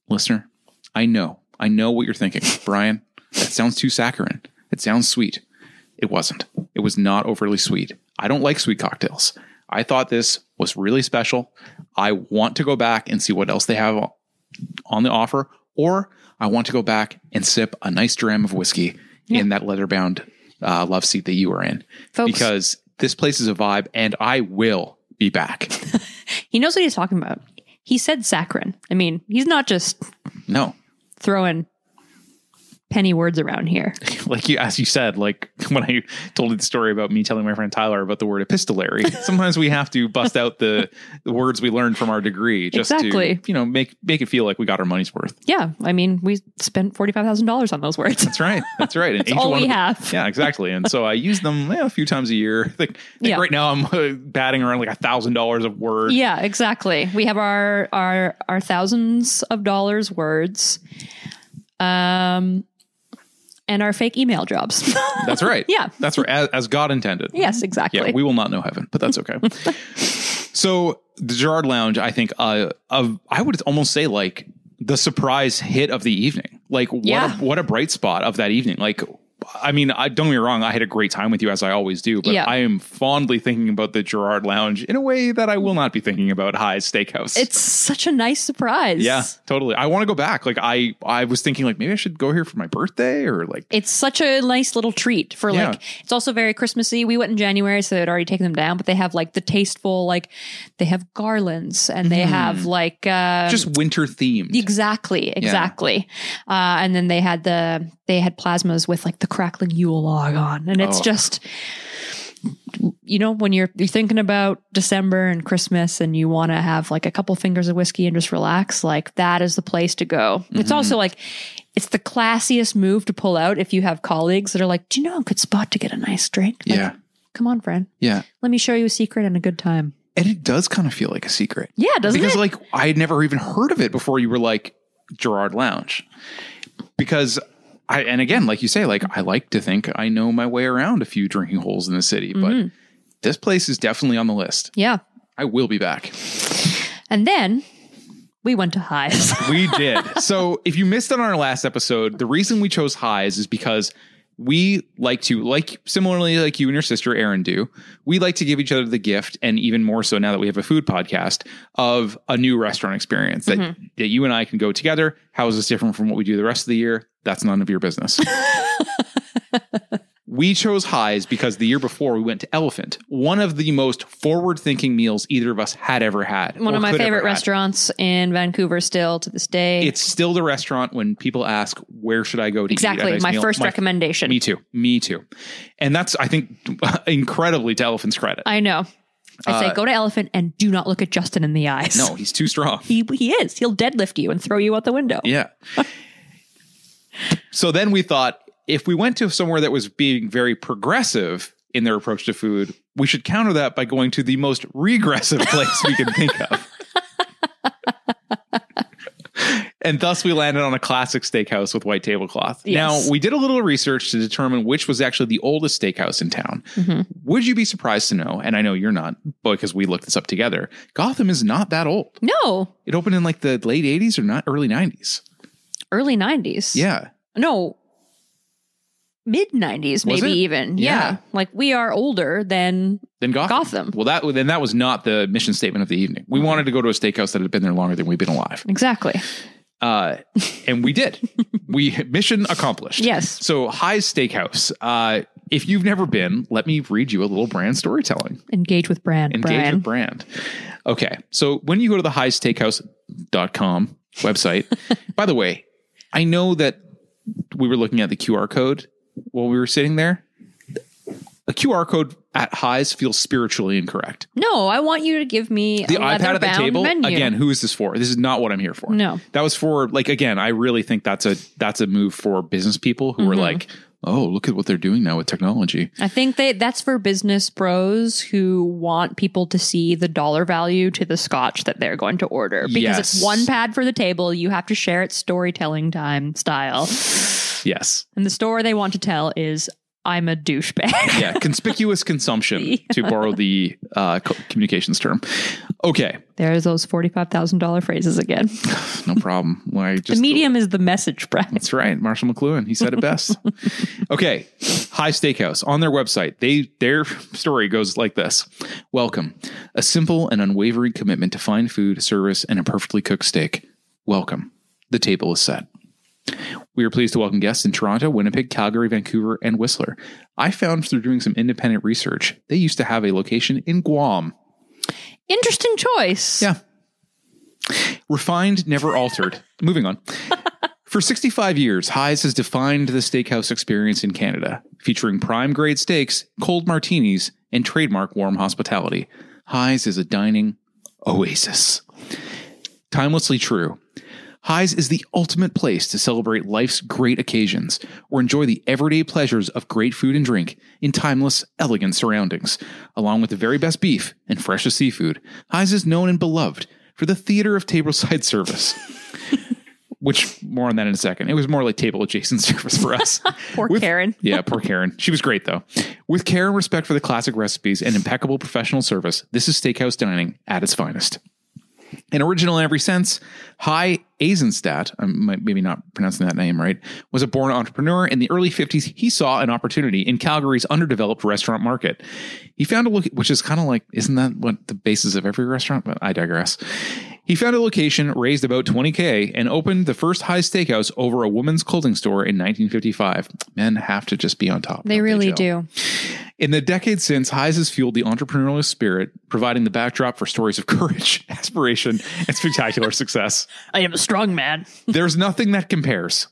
Listener, I know, I know what you're thinking. Brian, that sounds too saccharine. It sounds sweet. It wasn't. It was not overly sweet. I don't like sweet cocktails. I thought this was really special. I want to go back and see what else they have on the offer, or I want to go back and sip a nice dram of whiskey in that leather bound uh, love seat that you were in.
Folks.
Because this place is a vibe and I will be back.
he knows what he's talking about. He said saccharin. I mean, he's not just
No.
throwing penny words around here.
Like you, as you said, like when I told you the story about me telling my friend Tyler about the word epistolary, sometimes we have to bust out the, the words we learned from our degree just
Exactly.
to, you know, make, make it feel like we got our money's worth.
Yeah, I mean, we spent forty five thousand dollars on those words.
That's right. That's right. And each
all
one
we
of the-
have.
Yeah, exactly. And so I use them yeah, a few times a year. I think, I think
Yeah.
right now I'm uh, batting around like a thousand dollars of word.
Yeah, exactly. We have our our our thousands of dollars words, um, and our fake email jobs.
That's right.
Yeah.
That's right. As, as God intended.
yes, exactly.
Yeah, we will not know heaven, but that's okay. so the Gerard Lounge, I think, uh, of I would almost say like the surprise hit of the evening. Like what
Yeah.
a, what a bright spot of that evening. Like I mean, I don't get me wrong, I had a great time with you as I always do, but
Yeah.
I am fondly thinking about the Gerard Lounge in a way that I will not be thinking about High's Steakhouse.
it's such a nice surprise.
yeah, totally. I want to go back. Like I, I was thinking, like maybe I should go here for my birthday, or like
It's such a nice little treat for
Yeah.
like it's also very Christmassy. We went in January, so they'd already taken them down, but they have like the tasteful, like they have garlands and
Mm-hmm.
they have like um,
just winter themed.
Exactly, exactly. Uh, and then they had the they had plasmas with like the crackling Yule log on, and it's
Oh.
just you know when you're you're thinking about December and Christmas, and you want to have like a couple fingers of whiskey and just relax, like that is the place to go. It's also
Mm-hmm.
like. It's the classiest move to pull out if you have colleagues that are like, "Do you know a good spot to get a nice drink?" Like,
Yeah.
come on, friend.
yeah,
Let me show you a secret and a good time.
and it does kind of feel like a secret.
Yeah, doesn't
because
it?
like I had never even heard of it before you were like Gerard Lounge. Because I and again, like you say, like I like to think I know my way around a few drinking holes in the city,
Mm-hmm.
but this place is definitely on the list.
Yeah.
I will be back.
And then we went to highs.
We did. so if you missed it on our last episode, the reason we chose highs is because we like to like similarly like you and your sister Erin do. We like to give each other the gift, and even more so now that we have a food podcast of a new restaurant experience that
Mm-hmm.
that you and I can go together. How is this different from what we do the rest of the year? That's none of your business. We chose highs because the year before we went to Elephant, one of the most forward-thinking meals either of us had ever had.
One
or
of my
could ever
favorite
had.
restaurants in Vancouver still to this day.
It's still the restaurant when people ask, "Where should I go to?" eat a
exactly
nice
my
meal?"
first recommendation.
Me too. Me too. And that's, I think, incredibly to Elephant's credit.
I know. I
Uh,
say go to Elephant and do not look at Justin in the eyes.
no, he's too strong.
He, he is. He'll deadlift you and throw you out the window.
Yeah. so then we thought if we went to somewhere that was being very progressive in their approach to food, we should counter that by going to the most regressive place we can think of. And thus we landed on a classic steakhouse with white tablecloth.
Yes.
Now, we did a little research to determine which was actually the oldest steakhouse in town. Would you be surprised to know, and I know you're not, because we looked this up together, Gotham is not that old.
No.
It opened in like the late 80s or not early 90s.
Early 90s.
Yeah.
No. Mid
Was
90s, maybe
it?
even. Yeah.
Yeah.
Like we are older than.
Then Gotham.
Gotham.
Well, that then that was not the mission statement of the evening. We wanted to go to a steakhouse that had been there longer than we've been alive,
Exactly.
uh, and we did. we mission accomplished.
Yes.
So High Steakhouse. Uh, if you've never been, let me read you a little brand storytelling.
Engage with brand.
Engage
Brian.
with brand. Okay. So when you go to the highsteakhouse.com website, by the way, I know that we were looking at the QR code while we were sitting there. A QR code at highs feels spiritually incorrect.
No, I want you to give me
the
a
iPad at the
leather-bound
table
menu.
again. Who is this for? This is not what I'm here for.
No.
that was for like again. I really think that's a that's a move for business people who
Mm-hmm.
are like, oh, look at what they're doing now with technology.
I think they that's for business bros who want people to see the dollar value to the scotch that they're going to order because
Yes.
it's one pad for the table. You have to share it storytelling time style,
Yes,
and the story they want to tell is I'm a douchebag.
yeah, conspicuous consumption to borrow the uh, co- communications term. Okay,
There's those forty five thousand dollar phrases again.
no problem. Why
The
just
medium is the message, Brad.
That's right, Marshall McLuhan. He said it best. okay, High Steakhouse on their website, they their story goes like this: Welcome, a simple and unwavering commitment to fine food, service, and a perfectly cooked steak. Welcome, the table is set. We are pleased to welcome guests in Toronto, Winnipeg, Calgary, Vancouver, and Whistler. I found through doing some independent research, they used to have a location in Guam.
Interesting choice.
Yeah. Refined, never altered. Moving on. For 65 years, Highs has defined the steakhouse experience in Canada, featuring prime grade steaks, cold martinis, and trademark warm hospitality. Highs is a dining oasis. Timelessly true. Highs is the ultimate place to celebrate life's great occasions or enjoy the everyday pleasures of great food and drink in timeless, elegant surroundings. Along with the very best beef and freshest seafood, Highs is known and beloved for the theater of tableside service. Which more on that in a second. It was more like table adjacent service for us.
Poor
With-
Karen.
yeah, poor Karen. She was great though. With care and respect for the classic recipes and impeccable professional service, this is steakhouse dining at its finest. An original in every sense, High Eisenstadt, I might maybe not pronouncing that name right, was a born entrepreneur. In the early 50s, he saw an opportunity in Calgary's underdeveloped restaurant market. He found a look, which is kind of like, isn't that what the basis of every restaurant? But I digress. He found a location, raised about 20K, and opened the first high steakhouse over a woman's clothing store in 1955. Men have to just be on top.
They
don't
really
Joe?
do.
In the decades since, Heise has fueled the entrepreneurial spirit, providing the backdrop for stories of courage, aspiration, and spectacular success.
I am a strong man.
There's nothing that compares.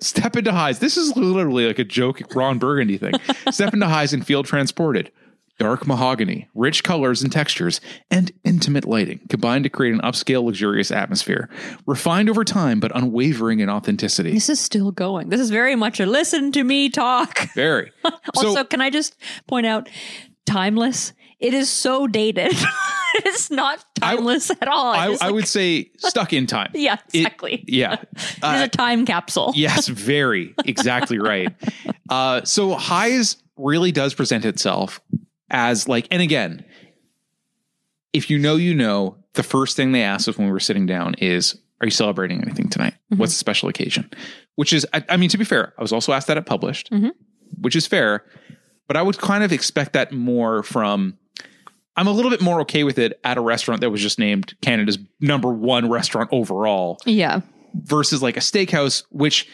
Step into Heise. This is literally like a joke Ron Burgundy thing. Step into Heise and feel transported. Dark mahogany, rich colors and textures, and intimate lighting combined to create an upscale, luxurious atmosphere, refined over time but unwavering in authenticity.
This is still going. This is very much a listen to me talk.
Very.
Also,
So-
can I just point out timeless? It is so dated. it's not
I-
timeless at all. I,
I,
just,
I
like-
would say stuck in time.
yeah,
It-
exactly.
yeah.
It's
Uh,
a time capsule.
yes, very. Exactly right. Uh, so Highs really does present itself as like, and again, if you know, you know, the first thing they asked us when we were sitting down is, are you celebrating anything tonight? What's the special occasion? Which is, I, I mean, to be fair, I was also asked that at Published, which is fair, but I would kind of expect that more from. I'm a little bit more okay with it at a restaurant that was just named Canada's number one restaurant overall
Yeah.
versus like a steakhouse, which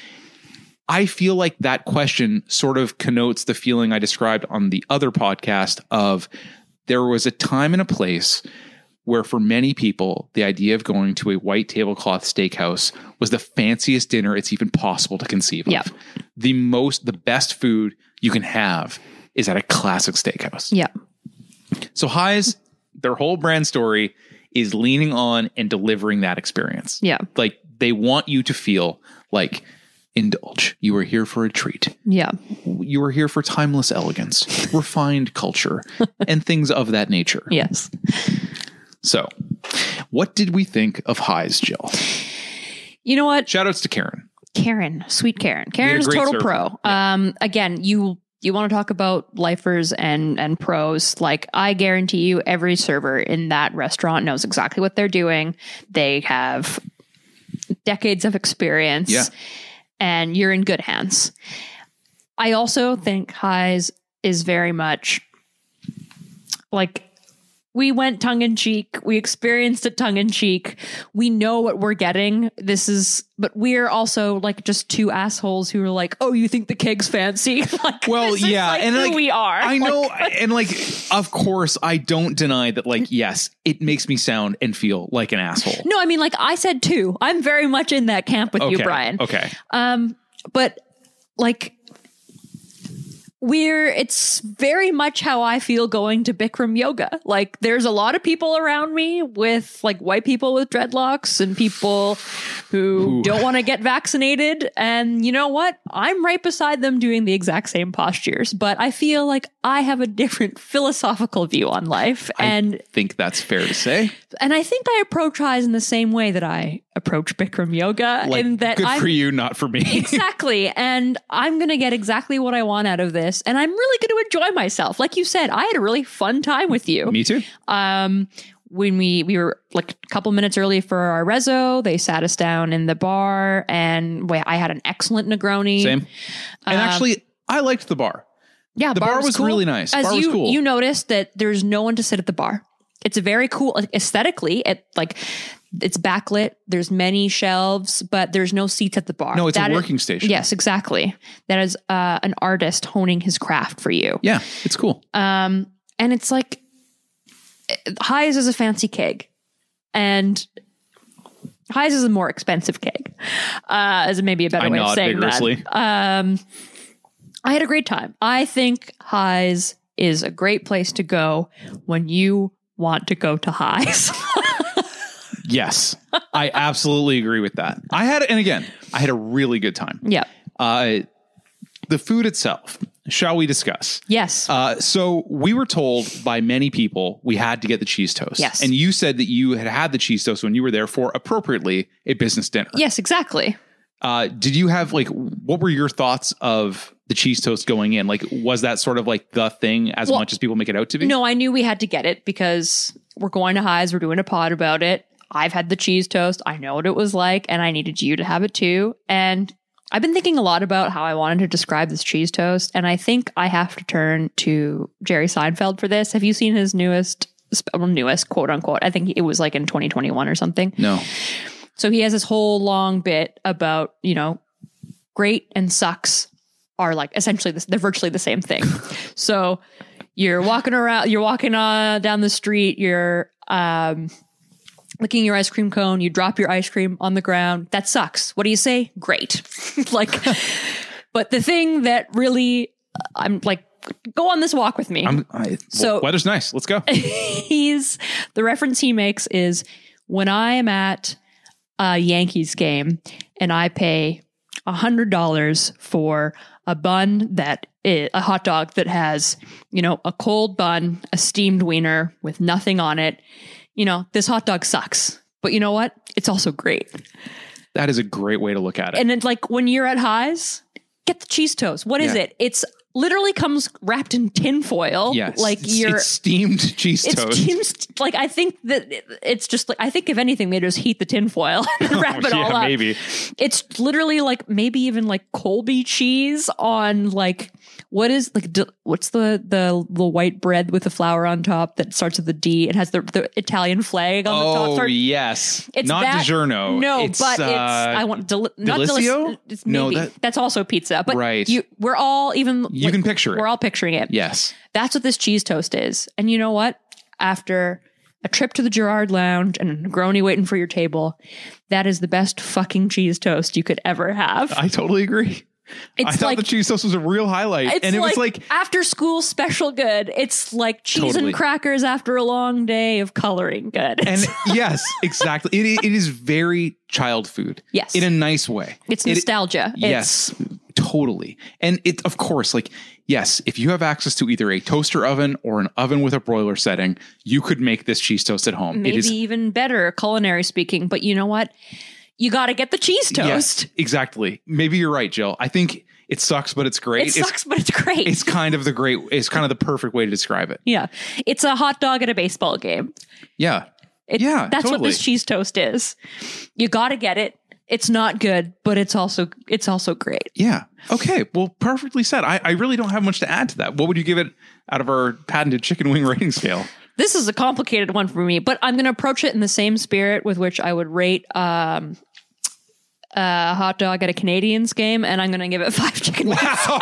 I feel like that question sort of connotes the feeling I described on the other podcast of there was a time and a place where for many people the idea of going to a white tablecloth steakhouse was the fanciest dinner it's even possible to conceive
Yeah.
of. The most the best food you can have is at a classic steakhouse.
Yeah.
So Highs, their whole brand story is leaning on and delivering that experience.
Yeah.
Like they want you to feel like indulge. You are here for a treat.
Yeah.
You are here for timeless elegance, refined culture, and things of that nature.
Yes.
So, what did we think of Highs, Jill?
You know what?
Shoutouts to Karen.
Karen, sweet Karen.
had
Karen
a
is
great
total
server.
pro. Um, again, you you want to talk about lifers and and pros? Like I guarantee you, every server in that restaurant knows exactly what they're doing. They have decades of experience,
Yeah.
and you're in good hands. I also think Highs is very much like we went tongue in cheek. We experienced it tongue in cheek. We know what we're getting. This is, but we're also like just two assholes who are like, "Oh, you think the keg's fancy?" like,
Well,
this is,
yeah,
like,
and,
who
like,
we are.
I
Like,
know, and like, of course, I don't deny that. Like, yes, it makes me sound and feel like an asshole.
no, I mean, like I said too. I'm very much in that camp with you, Brian.
Okay.
Um, but like we're it's very much how I feel going to Bikram yoga. Like there's a lot of people around me with like white people with dreadlocks and people who
Ooh.
don't want to get vaccinated and you know what? I'm right beside them doing the exact same postures, but I feel like I have a different philosophical view on life and
Think that's fair to say.
and I think I approach eyes in the same way that I approach Bikram yoga
Like,
in that
good
I'm
for you, not for me.
exactly. And I'm going to get exactly what I want out of this. And I'm really going to enjoy myself. Like you said, I had a really fun time with you.
me too.
Um, when we, we were like a couple minutes early for our rezzo, they sat us down in the bar and we, I had an excellent Negroni.
Same.
Um,
And actually, I liked the bar.
Yeah.
The bar was
cool.
really nice.
As
Bar was
you,
cool.
you noticed that there's no one to sit at the bar. It's a very cool like, aesthetically. It like it's backlit. There's many shelves, but there's no seats at the bar.
No, it's
That
a
is-
working station.
Yes, exactly. That is uh, an artist honing his craft for you.
Yeah, it's cool.
Um, and it's like Highs is a fancy keg, and Highs is a more expensive keg. Uh, is maybe a better
I
way of
nod
saying
vigorously.
that. Um, I had a great time. I think Highs is a great place to go when you want to go to Highs.
Yes, I absolutely agree with that. I had, and again, I had a really good time.
yeah.
Uh, the food itself, shall we discuss?
Yes.
Uh, so we were told by many people we had to get the cheese toast.
Yes.
and you said that you had had the cheese toast when you were there for appropriately a business dinner.
yes. Exactly.
Uh, did you have like what were your thoughts of the cheese toast going in? Like, was that sort of like the thing as
Well,
much as people make it out to be?
No, I knew we had to get it because we're going to highs. We're doing a pod about it. I've had the cheese toast. I know what it was like, and I needed you to have it too. And I've been thinking a lot about how I wanted to describe this cheese toast, and I think I have to turn to Jerry Seinfeld for this. Have you seen his newest, sp- well, newest quote unquote? I think it was like in 2021 or something.
no.
So he has this whole long bit about, you know, great and sucks are like essentially this, they're virtually the same thing. so you're walking around, you're walking uh, down the street, you're um, licking your ice cream cone, you drop your ice cream on the ground. That sucks. What do you say? Great. like, but the thing that really, I'm like, go on this walk with me
I'm I,
So-
so weather's nice. Let's go.
he's the reference he makes is when I am at a Yankees game and I pay a hundred dollars for a bun that i- a hot dog that has, you know, a cold bun, a steamed wiener with nothing on it. You know, this hot dog sucks. But you know what? It's also great.
That is a great way to look at it.
And then like when you're at highs, get the cheese toast. What is
Yeah.
it? It's literally comes wrapped in tin foil.
yes,
Like
it's,
you're
it's steamed cheese
it's
toast.
teams like I think that it- it's just like I think if anything they just heat the tinfoil and wrap it
yeah,
all up.
maybe.
It's literally like maybe even like Colby cheese on like what is like d- what's the the the white bread with the flour on top that starts with the D? It has the, the Italian flag on the top.
Oh
Sorry.
yes,
It's
not
that-
DiGiorno.
No,
it's,
but
uh,
it's I want deli- not
Delizio?
deli- it's
No,
maybe
that-
that's also pizza. But
Right.
you we're all even
You can picture it.
We're all picturing it.
yes,
That's what this cheese toast is. And you know what? After a trip to the Girard Lounge and a Negroni waiting for your table, that is the best fucking cheese toast you could ever have.
I totally agree. I
it's
thought
like
the cheese toast was a real highlight,
it's
and it was like
after school special good. It's like cheese
Totally.
and crackers after a long day of coloring good.
And yes, exactly. It, it is very child food.
Yes.
In a nice way.
it's
It-
nostalgia.
yes. Totally. And it, of course, like, yes, if you have access to either a toaster oven or an oven with a broiler setting, you could make this cheese toast at home.
It's maybe
it is
even better culinary speaking, but you know what? You got to get the cheese
yes,
toast.
exactly. Maybe you're right, Jill. I think it sucks, but it's great.
it
It's-
sucks, but it's great.
It's, kind of the great, it's kind of the perfect way to describe it.
yeah. It's a hot dog at a baseball game.
Yeah.
It,
Yeah,
that's what
totally.
this cheese toast is. You got to get it. It's not good, but it's also it's also great.
Yeah. Okay. Well, perfectly said. I, I really don't have much to add to that. What would you give it out of our patented chicken wing rating scale?
This is a complicated one for me, but I'm going to approach it in the same spirit with which I would rate um, a hot dog at a Canadians game, and I'm going to give it five chicken wings because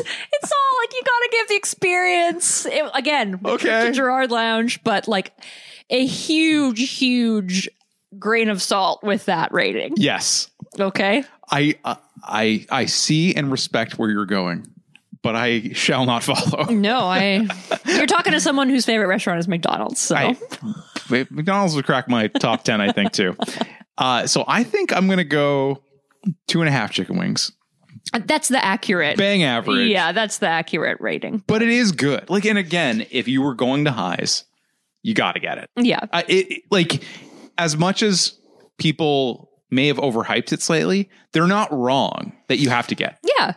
it's all like you got to give the experience It- again. the trip
Okay.
to Gerard Lounge, but like a huge, huge grain of salt with that rating.
yes.
Okay,
I uh, I I see and respect where you're going, but I shall not follow.
No, I. You're talking to someone whose favorite restaurant is McDonald's. So
I, wait, McDonald's would crack my top ten, I think, too. Uh, so I think I'm gonna go two and a half chicken wings,
that's the accurate.
bang average.
Yeah, that's the accurate rating.
but it is good. Like, and again, if you were going to highs, you got to get it.
Yeah,
I it, it- like as much as people may have overhyped it slightly, they're not wrong that you have to get.
yeah.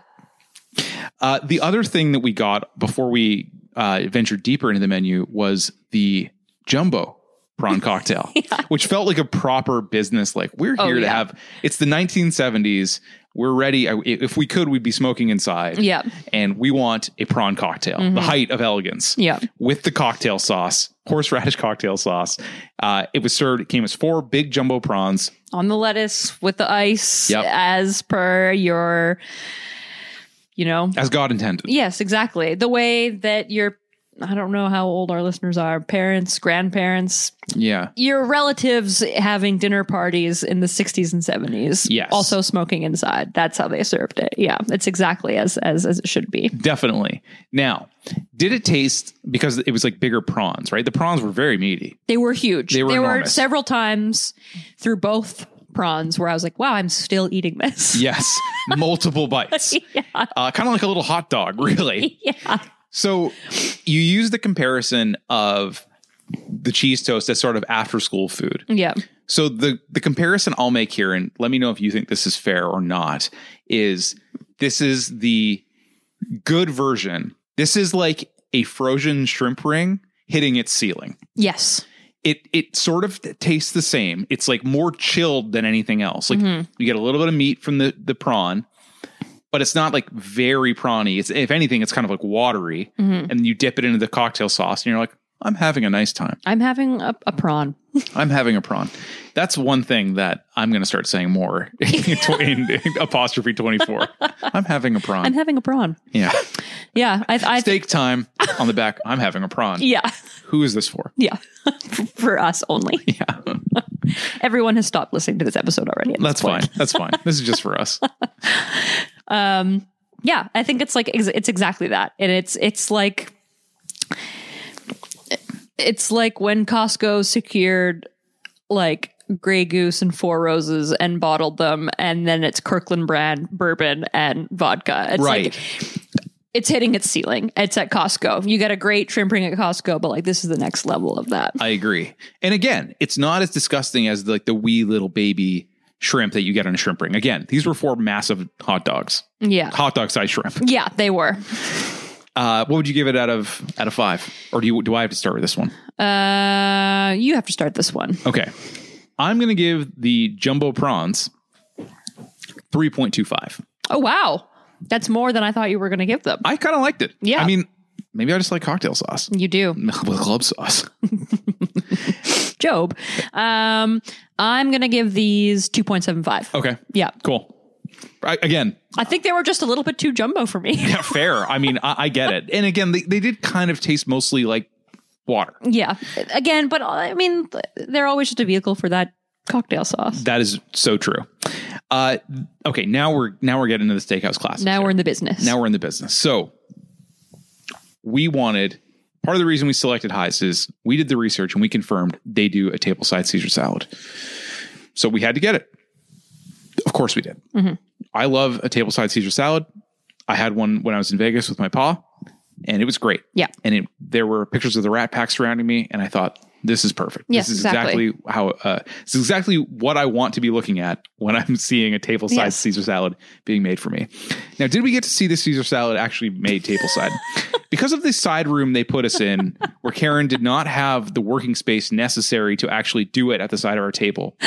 Uh, the other thing that we got before we uh, ventured deeper into the menu was the jumbo prawn cocktail, which felt like a proper business. Like we're
Oh,
here to
yeah.
have. It's the 1970s. We're ready. I- If we could, we'd be smoking inside.
Yeah. Mm-hmm.
And we want a prawn cocktail, the height of elegance.
Yeah.
With the cocktail sauce, horseradish cocktail sauce. Uh, it was served. It came as four big jumbo prawns.
On the lettuce with the ice,
Yep.
as per your, you know.
As God intended.
Yes, exactly. The way that your, I don't know how old our listeners are, parents, grandparents,
Yeah.
your relatives having dinner parties in the 60s and 70s.
Yes.
Also smoking inside. That's how they served it. Yeah. It's exactly as as, as it should be.
Definitely. Now, did it taste because it was like bigger prawns, right? The prawns were very meaty.
They were huge.
They were
there were
enormous.
several times through both prawns where I was like, wow, I'm still eating this.
Yes, multiple bites. Uh, kind of like a little hot dog, really.
Yeah.
So you use the comparison of the cheese toast as sort of after school food.
Yeah.
So the the comparison I'll make here, and let me know if you think this is fair or not, is this is the good version. This is like a frozen shrimp ring hitting its ceiling.
Yes.
it it sort of tastes the same. It's like more chilled than anything else. Like
Mm-hmm.
you get a little bit of meat from the the prawn, but it's not like very prawny. It's if anything, it's kind of like watery,
Mm-hmm.
and you dip it into the cocktail sauce, and you're like, I'm having a nice time.
I'm having a, a prawn.
I'm having a prawn. That's one thing that I'm going to start saying more in, tw- in, in apostrophe twenty four. I'm having a prawn.
I'm having a prawn.
yeah,
Yeah. I, I,
steak time on the back. I'm having a prawn.
yeah.
Who is this for?
Yeah. For us only.
Yeah,
Everyone has stopped listening to this episode already. at this
that's
point.
fine. That's fine. This is just for us.
Yeah. I think it's like, ex- it's exactly that. And it's, it's like, it's like when Costco secured like Grey Goose and Four Roses and bottled them, and then it's Kirkland brand bourbon and vodka. It's
right.
like it's hitting its ceiling. It's at Costco. You get a great shrimp ring at Costco, but like this is the next level of that.
I agree. And again, it's not as disgusting as like the wee little baby shrimp that you get on a shrimp ring. Again, these were four massive hot dogs,
Yeah.
hot dog size shrimp.
Yeah, they were.
Uh, what would you give it out of out of five? Or do you do I have to start with this one?
Uh, you have to start this one.
Okay, I'm gonna give the jumbo prawns three point two five.
Oh wow, that's more than I thought you were going to give them.
I kind of liked it.
Yeah.
I mean, maybe I just like cocktail sauce
You do.
with club sauce.
Job. Um, I'm going to give these 2.75.
Okay,
Yeah.
cool. I, again,
I think they were just a little bit too jumbo for me.
yeah, fair. I mean, I, I get it. And again, they, they did kind of taste mostly like water.
yeah. Again, but uh, I mean, th- they're always just a vehicle for that cocktail sauce.
That is so true. Uh, okay, now we're now we're getting into the steakhouse class.
Now we're in the business.
now we're in the business. So we wanted part of the reason we selected Heist is we did the research and we confirmed they do a table side Caesar salad. So we had to get it. Of course we did.
Mm-hmm.
I love a table side Caesar salad. I had one when I was in Vegas with my pa, and it was great.
Yeah.
And it, there were pictures of the Rat Pack surrounding me, and I thought, this is perfect.
Yes,
this is
exactly.
exactly, how uh, this is exactly what I want to be looking at when I'm seeing a table side
Yes.
Caesar salad being made for me. Now, did we get to see the Caesar salad actually made table side? because of the side room they put us in, where Karen did not have the working space necessary to actually do it at the side of our table,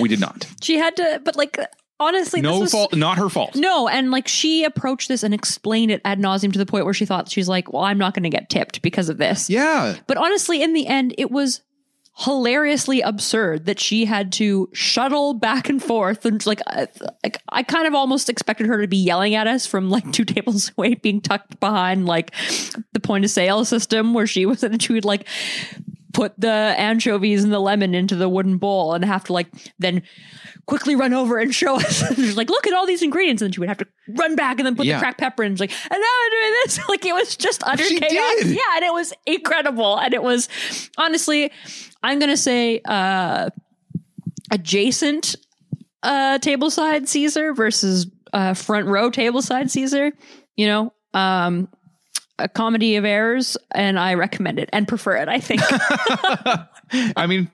we did not.
she had to, but like, honestly, this
no
was-
fault, not her fault.
No, and like she approached this and explained it ad nauseum to the point where she thought she's like, "Well, I'm not going to get tipped because of this."
Yeah.
But honestly, in the end, it was hilariously absurd that she had to shuttle back and forth and like I, like I kind of almost expected her to be yelling at us from like two tables away being tucked behind like the point of sale system where she was and she would like put the anchovies and the lemon into the wooden bowl and have to like then quickly run over and show us She's like look at all these ingredients and then she would have to run back and then put
Yeah.
the cracked pepper in She's like and now we're doing this like it was just utter
She
chaos
did.
yeah, and it was incredible. And it was honestly, I'm gonna say uh adjacent uh tableside Caesar versus uh front row tableside Caesar, you know. Um a comedy of errors, and I recommend it and prefer it, I think.
I mean,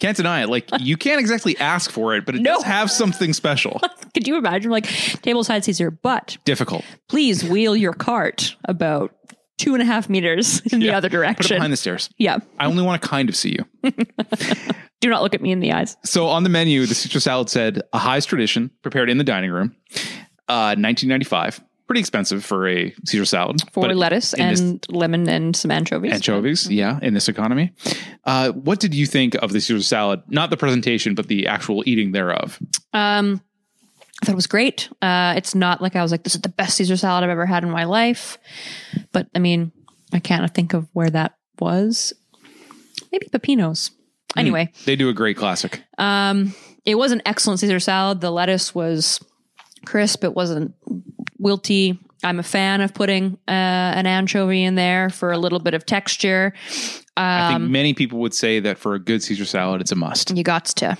can't deny it. Like, you can't exactly ask for it, but it
No.
does have something special.
Could you imagine like tableside Caesar? But
Difficult.
please wheel your cart about two and a half meters in the
Yeah.
other
Put it
direction.
behind the stairs.
yeah.
I only want to kind of see you.
Do not look at me in the eyes.
So on the menu, the Caesar salad said a highest tradition prepared in the dining room, uh, 1995. Pretty expensive for a Caesar salad.
For
but
lettuce
in this-
and lemon and some anchovies.
anchovies. Yeah, in this economy. Uh, what did you think of the Caesar salad? Not the presentation, but the actual eating thereof.
Um, I thought it was great. Uh, it's not like I was like, this is the best Caesar salad I've ever had in my life. But I mean, I can't think of where that was. Maybe Pepino's. Anyway,
They do a great classic.
um, it was an excellent Caesar salad. The lettuce was crisp. It wasn't wilty. I'm a fan of putting uh, an anchovy in there for a little bit of texture.
I
Um,
think many people would say that for a good Caesar salad, it's a must.
You got to.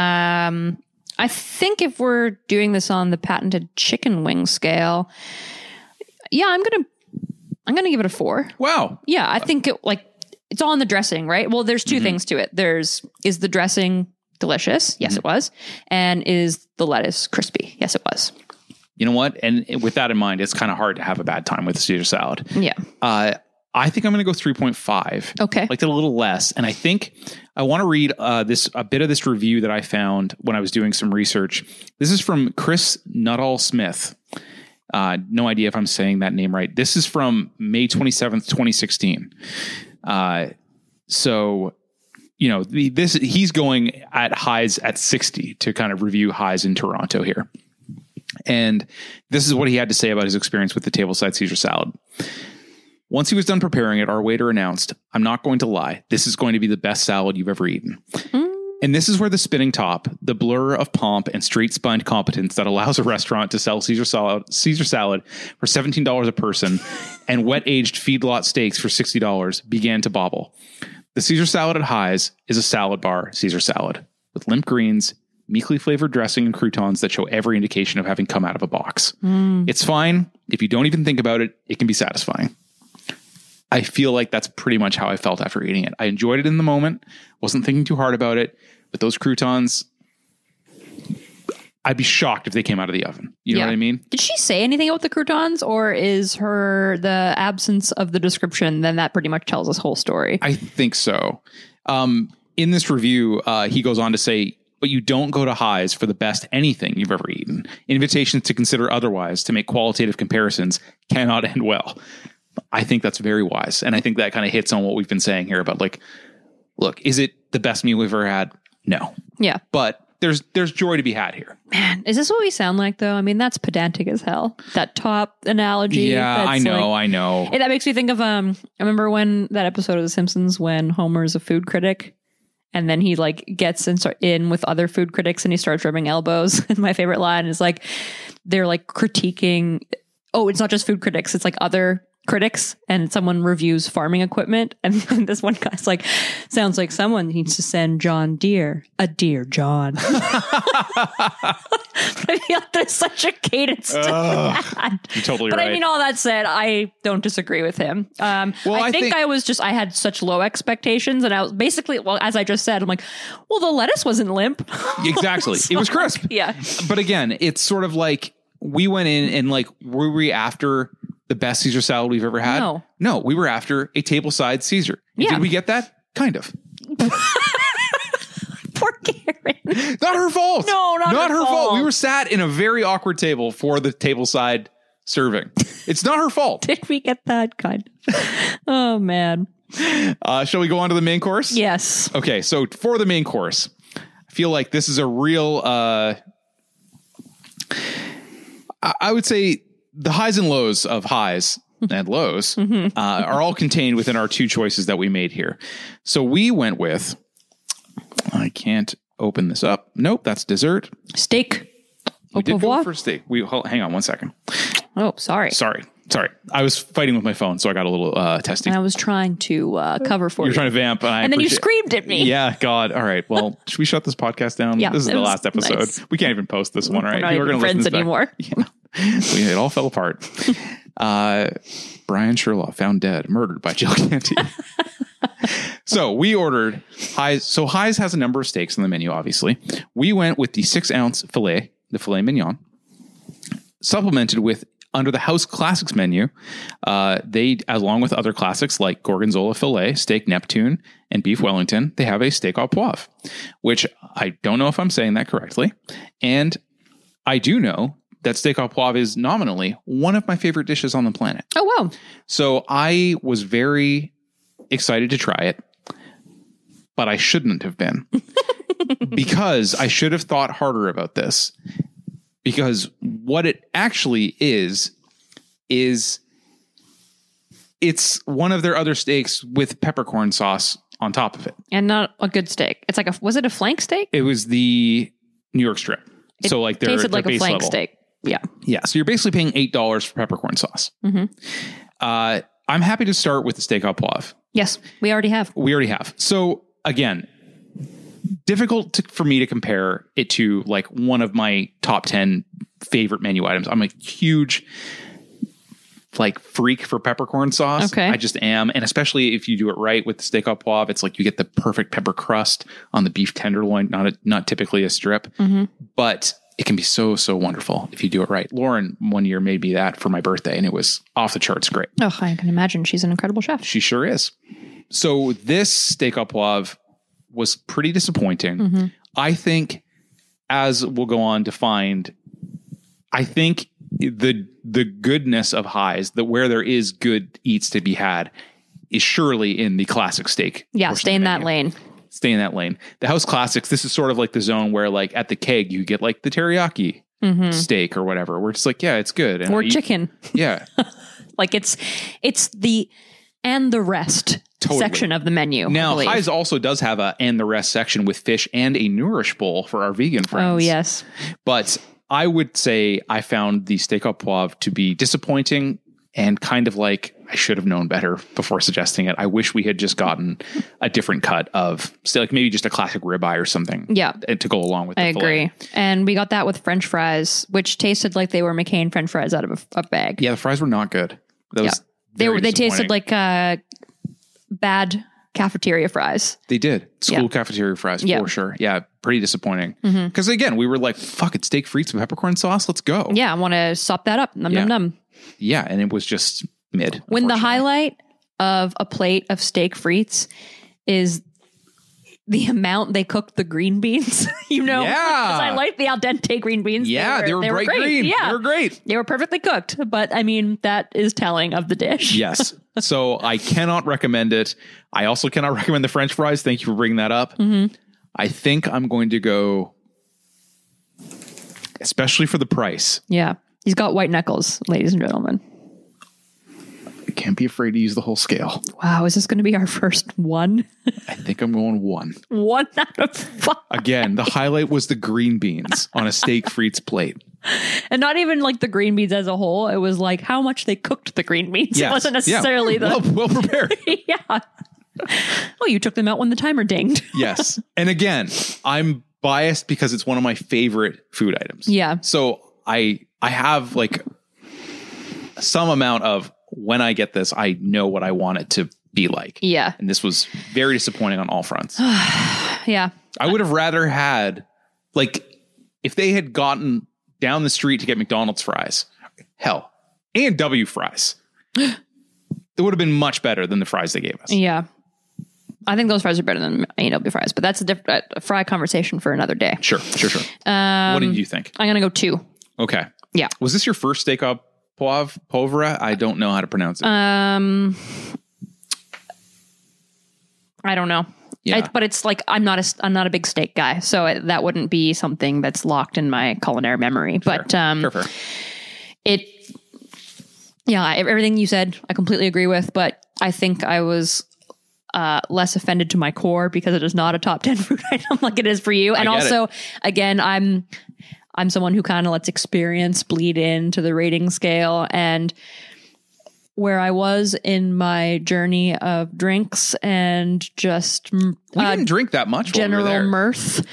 Um, I think if we're doing this on the patented chicken wing scale, yeah, I'm gonna, I'm gonna give it a four.
Wow.
Yeah, I think it like it's all in the dressing, right? Well, there's 2 things to it. There's is the dressing delicious? Yes, it was. And is the lettuce crispy? Yes, it was.
You know what? And with that in mind, it's kind of hard to have a bad time with a Caesar salad.
Yeah.
Uh, I think I'm going to go 3.5.
Okay.
Liked it a little less. And I think I want to read uh, this a bit of this review that I found when I was doing some research. This is from Chris Nuttall Smith. Uh, no idea if I'm saying that name right. This is from May 27th, 2016. Uh, so, you know, the, this he's going at highs at 60 to kind of review highs in Toronto here. And this is what he had to say about his experience with the tableside Caesar salad. Once he was done preparing it, our waiter announced, I'm not going to lie, this is going to be the best salad you've ever eaten. And this is where the spinning top, the blur of pomp and straight spined competence that allows a restaurant to sell Caesar salad, Caesar salad for $17 a person and wet aged feedlot steaks for $60 began to bobble. The Caesar salad at High's is a salad bar Caesar salad. with limp greens, meekly flavored dressing, and croutons that show every indication of having come out of a box. It's fine. If you don't even think about it, it can be satisfying. I feel like that's pretty much how I felt after eating it. I enjoyed it in the moment, wasn't thinking too hard about it, but those croutons, I'd be shocked if they came out of the oven. You know
Yeah.
what I mean?
Did she say anything about the croutons, or is her the absence of the description? Then that pretty much tells us whole story.
I think so. Um, in this review, uh, he goes on to say, but you don't go to highs for the best anything you've ever eaten. Invitations to consider otherwise, to make qualitative comparisons, cannot end well. I think that's very wise. And I think that kind of hits on what we've been saying here about like, look, is it the best meal we've ever had? No.
yeah,
But there's there's joy to be had here.
man, is this what we sound like though? I mean, that's pedantic as hell. That top analogy.
yeah,
that's
I know,
like-
I know.
Hey, that makes me think of um. I remember when that episode of The Simpsons when Homer's a food critic, and then he like gets in, start, in with other food critics and he starts rubbing elbows. and my favorite line is like, they're like critiquing. Oh, it's not just food critics; it's like other critics, and someone reviews farming equipment, and then this one guy's like, sounds like someone needs to send John Deere a deer John. I feel there's such a cadence to that.
You're totally
But
right.
I mean, all that said, I don't disagree with him. Um,
Well,
I,
I
think,
think-
I was just I had such low expectations, and I was basically, well, as I just said, I'm like, well, the lettuce wasn't limp.
exactly. It was crisp.
yeah,
but again, it's sort of like we went in and like were we after the best Caesar salad we've ever had?
No.
no, we were after a table side Caesar. And
Yeah.
Did we get that? Kind of.
poor Karen.
Not her fault.
No, not her fault.
We were sat in a very awkward table for the table side serving. It's not her fault.
Did we get that kind? oh man,
Uh, shall we go on to the main course?
yes.
Okay, so for the main course, I feel like this is a real. Uh, I I would say the highs and lows of highs and lows
Mm-hmm.
uh, are all contained within our two choices that we made here. So we went with. I can't open this up. Nope, that's dessert.
Steak. Au
We did go
revoir.
for steak. We hol- hang on one second.
oh, sorry.
Sorry, sorry. I was fighting with my phone, so I got a little uh, testy.
And I was trying to uh, cover for
You're
you,
trying to vamp, and, I
and then you
appreciate-
screamed at me.
Yeah, God. All right. Well, should we shut this podcast down?
Yeah,
this is
it
the
was
last episode.
nice.
We can't even post this one, right? People
not
are
even
gonna listen
friends
to this
anymore.
back. Yeah. We- it all fell apart. Uh, Brian Sherlock found dead, murdered by Jill Canty. so we ordered Highs. So Highs has a number of steaks on the menu, obviously. We went with the six ounce filet, the filet mignon, supplemented with under the house classics menu uh, they along with other classics like gorgonzola fillet steak neptune and beef wellington they have a steak au poivre which i don't know if i'm saying that correctly and i do know that steak au poivre is nominally one of my favorite dishes on the planet
Oh wow.
so I was very excited to try it, but I shouldn't have been because I should have thought harder about this. Because what it actually is, is it's one of their other steaks with peppercorn sauce on top of it.
And not a good steak. It's like a was it a flank steak?
It was the New York strip. so like their,
tasted
their
like a
base
flank
level.
steak. Yeah.
Yeah. So you're basically paying eight dollars for peppercorn sauce. Uh, I'm happy to start with the steak au poivre.
Yes, we already have.
we already have. So again, difficult to, for me to compare it to like one of my top 10 favorite menu items. I'm a huge like freak for peppercorn sauce.
Okay.
I just am. And especially if you do it right with the steak au poivre, it's like you get the perfect pepper crust on the beef tenderloin, not a, not typically a strip, but it can be so, so wonderful if you do it right. Lauren one year made me that for my birthday and it was off the charts great.
Oh, I can imagine she's an incredible chef.
She sure is. So this steak au poivre was pretty disappointing.
Mm-hmm.
I think, as we'll go on to find, I think the the goodness of highs that where there is good eats to be had is surely in the classic steak.
Yeah,
portion
stay
of
in
the
that
menu.
lane.
Stay in that lane. The house classics. This is sort of like the zone where, like at the keg, you get like the teriyaki steak or whatever. We're just like, yeah, it's good. And
Mm-hmm. Or
I eat-
chicken.
Yeah,
Like it's it's the and the rest
Totally.
section of the menu. I
Now,
believe.
Highs also does have a and the rest section with fish and a nourish bowl for our vegan friends.
Oh yes.
But I would say I found the steak au poivre to be disappointing and kind of like I should have known better before suggesting it. I wish we had just gotten a different cut of say like maybe just a classic ribeye or something.
Yeah.
and to go along with. The
I
fillet.
agree. And we got that with French fries, which tasted like they were McCain French fries out of a, a bag.
Yeah, the fries were not good. That was
they
very
were they
disappointing.
tasted like uh, bad cafeteria fries.
They did. School
Yeah.
cafeteria fries
Yeah. Mm-hmm.
for sure. Yeah, pretty disappointing. Because again, we were like, fuck it, steak frites and peppercorn sauce. Let's go.
Yeah, I want to sop that up. Num
Yeah.
num num.
Yeah, and it was just mid.
When the
unfortunately.
highlight of a plate of steak frites is the amount they cooked the green beans, you know,
Yeah.
'Cause I like the al dente green beans.
Yeah, they were, bright green.
Yeah,
They were great.
They were perfectly cooked, but I mean that is telling of the dish.
Yes. so I cannot recommend it. I also cannot recommend the French fries. Thank you for bringing that up.
Mm-hmm.
I think I'm going to go, especially for the price.
Yeah. He's got white knuckles, ladies and gentlemen.
I can't be afraid to use the whole scale.
Wow, is this going to be our first one?
I think I'm going one.
one out of five.
Again, the highlight was the green beans on a steak frites plate.
And not even like the green beans as a whole. It was like how much they cooked the green beans.
Yes.
It wasn't
Yeah.
necessarily
well, well prepared.
the. yeah. Oh, you took them out when the timer dinged.
yes, and again, I'm biased because it's one of my favorite food items.
Yeah.
So I I have like some amount of when I get this, I know what I want it to be like.
Yeah.
And this was very disappointing on all fronts.
Yeah.
I would have rather had like if they had gotten down the street to get McDonald's fries, hell, A and W fries. It would have been much better than the fries they gave us.
Yeah. I think those fries are better than A&W fries, but that's a different a fry conversation for another day.
Sure, sure, sure.
Um,
what did you think?
I'm going to go two.
Okay.
Yeah.
Was this your first steak au poivre? Povera? I don't know how to pronounce it.
Um, I don't know.
Yeah.
I- but it's like I'm not a s- I'm not a big steak guy, so it, that wouldn't be something that's locked in my culinary memory. But um,
Sure, fair.
it, yeah, ev- everything you said, I completely agree with. But I think I was uh, less offended to my core because it is not a top ten food item like it is for you. And
get
also, again, I'm I'm someone who kind of lets experience bleed into the rating scale and where I was in my journey of drinks and just mm,
We
uh,
didn't drink that much. while we were
general
there.
mirth.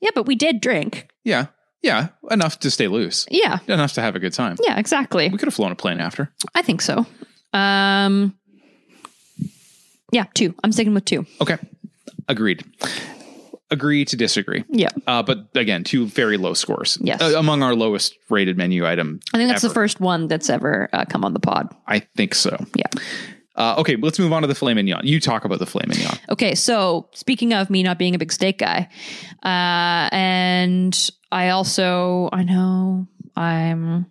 Yeah, but we did drink.
Yeah. Yeah. Enough to stay loose.
Yeah.
Enough to have a good time.
Yeah, exactly.
We could have flown a plane after.
I think so. Um Yeah, two. I'm sticking with two.
Okay. Agreed. Agree to disagree.
Yeah.
Uh, but again, two very low scores.
Yes.
Uh, among our lowest rated menu item.
I think that's
ever.
the first one that's ever uh, come on the pod.
I think so.
Yeah.
Uh, okay. Let's move on to the filet mignon. You talk about the filet mignon.
Okay, so speaking of me not being a big steak guy, uh, and I also I know I'm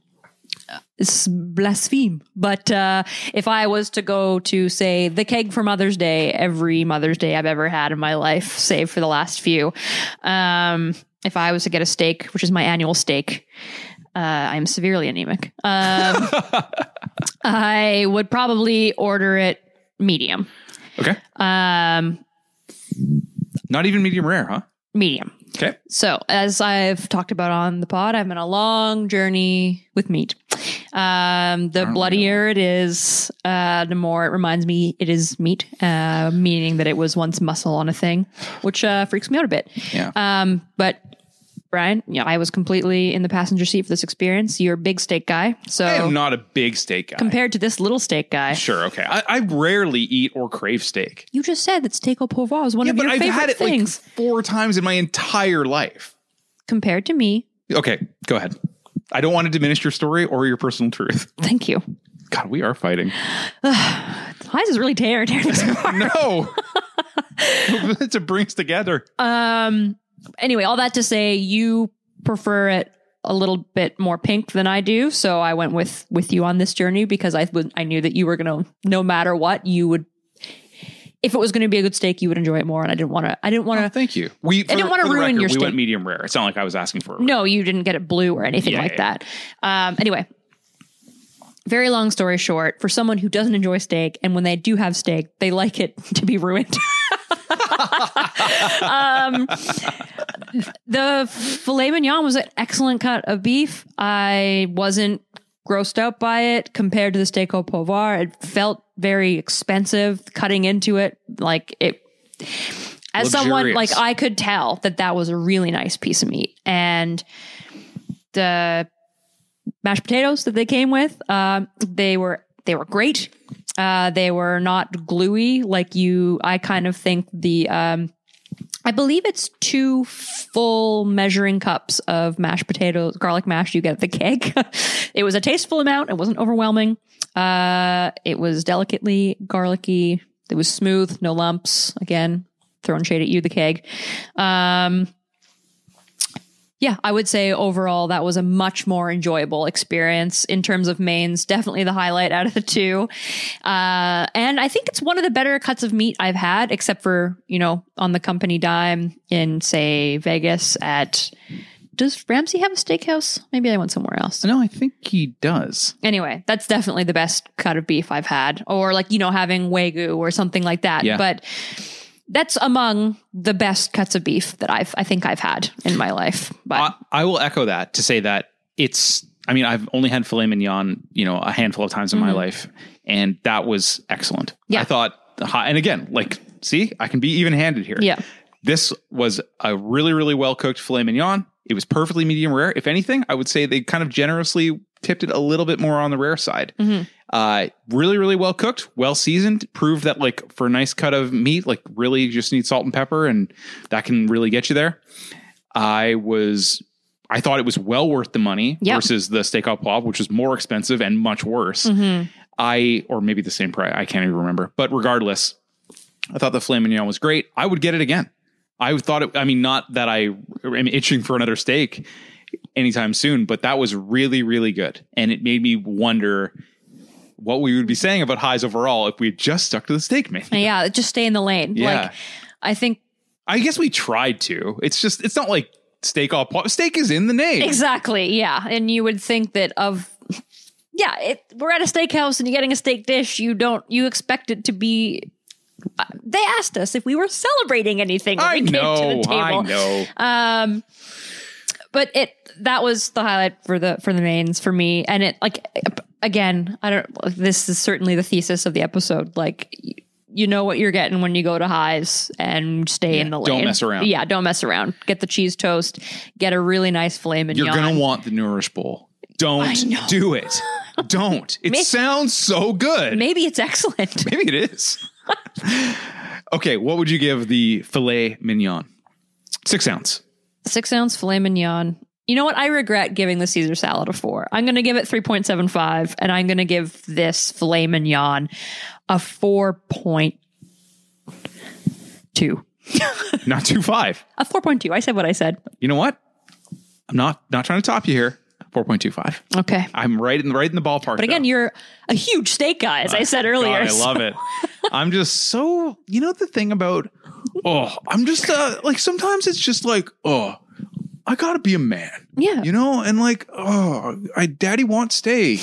it's blaspheme, but uh, if I was to go to say the keg for Mother's Day, every Mother's Day I've ever had in my life, save for the last few, um, if I was to get a steak, which is my annual steak, uh, I'm severely anemic. Um, I would probably order it medium.
Okay.
Um,
Not even medium rare, huh?
medium.
Okay.
So, as I've talked about on the pod, I'm on a long journey with meat. Um,
Oh,
the bloodier it is, uh, the more it reminds me it is meat, uh, meaning that it was once muscle on a thing, which uh, freaks me out a bit.
Yeah.
Um, but Brian, you know, I was completely in the passenger seat for this experience. You're a big steak guy, so
I am not a big steak guy.
compared to this little steak guy,
Sure. Okay. I, I rarely eat or crave steak.
you just said that steak au poivre is one
Yeah,
of
but
your
I've
favorite
had it
things.
like four times in my entire life.
compared to me,
Okay. Go ahead. I don't want to diminish your story or your personal truth.
thank you.
God, we are fighting.
Lies is really tearing tearing us apart.
No. it brings together.
Um. Anyway, all that to say, you prefer it a little bit more pink than I do, so I went with with you on this journey because I would I knew that you were gonna, no matter what, you would. If it was going to be a good steak, you would enjoy it more, and I didn't want to. I didn't want to.
Oh, Thank you. We
I didn't wanna
for the
ruin
record,
your
We
steak.
went medium rare. It's not like I was asking for. A
No, you didn't get it blue or anything
Yeah,
like
yeah.
that. Um. Anyway. Very long story short, for someone who doesn't enjoy steak, and when they do have steak, they like it to be ruined. the filet mignon was an excellent cut of beef. I wasn't grossed out by it compared to the steak au poivre. It felt very expensive cutting into it. Like it, as someone,
Luxurious.
like I could tell that that was a really nice piece of meat. And the mashed potatoes that they came with, um, they were, they were great. Uh, they were not gluey like you, I kind of think the, um, I believe it's two full measuring cups of mashed potatoes, garlic mash you get at the keg. it was a tasteful amount. It wasn't overwhelming. Uh, it was delicately garlicky. It was smooth, no lumps. Again, throwing shade at you, the keg. Um, yeah, I would say overall that was a much more enjoyable experience in terms of mains. Definitely the highlight out of the two, uh, and I think it's one of the better cuts of meat I've had, except for you know on the company dime in say Vegas at. Does Ramsey have a steakhouse? Maybe I went somewhere else.
No, I think he does.
Anyway, that's definitely the best cut of beef I've had, or like you know having wagyu or something like that.
Yeah.
But that's among the best cuts of beef that I've I think I've had in my life. But
I, I will echo that to say that it's. I mean, I've only had filet mignon, you know, a handful of times in my life, and that was excellent.
Mm-hmm. Yeah.
I thought, hi- and again, like, see, I can be even handed here.
Yeah.
This was a really, really well cooked filet mignon. It was perfectly medium rare. If anything, I would say they kind of generously tipped it a little bit more on the rare side.
Mm-hmm.
Uh, really, really well cooked, well seasoned. Proved that, like, for a nice cut of meat, like, really you just need salt and pepper, and that can really get you there. I was I thought it was well worth the money
Yeah.
versus the steak au poivre, which was more expensive and much worse.
Mm-hmm.
I or maybe the same price, I can't even remember. But regardless, I thought the filet mignon was great. I would get it again. I thought it. I mean, not that I am itching for another steak anytime soon, but that was really, really good, and it made me wonder what we would be saying about highs overall if we had just stuck to the steak menu.
Yeah, just stay in the lane.
Yeah.
Like I think
I guess we tried to. It's just it's not like steak au poivre. Steak is in the name.
exactly. Yeah, and you would think that of yeah, it, we're at a steakhouse and you're getting a steak dish. You don't you expect it to be. uh, They asked us if we were celebrating anything. When
I
we came
know.
To the table.
I know.
Um, but it that was the highlight for the for the mains for me, and it like again, I don't. like, This is certainly the thesis of the episode. Like y- you know what you're getting when you go to highs and stay in the lane.
don't mess around.
Yeah, don't mess around. Get the cheese toast. Get a really nice filet mignon.
You're gonna want the Nourish Bowl. Don't
know.
do it. Don't. It
Maybe-
sounds so good. Maybe,
Maybe it's excellent.
it is. okay, what would you give the filet mignon? Six ounce.
Six ounce filet mignon. You know what? I regret giving the Caesar salad a four. I'm going to give it 3.75, and I'm going to give this filet mignon a 4.2.
Not two five.
A 4.2. I said what I said.
You know what? I'm not not trying to top you here. Four point two five.
Okay.
I'm right in right in the ballpark.
But again,
though.
you're a huge steak guy, as I said
Oh, God,
earlier.
I love it. I'm just so you know the thing about oh I'm just uh, like sometimes it's just like oh I gotta be a man.
Yeah.
You know, and like, oh, I daddy wants steak.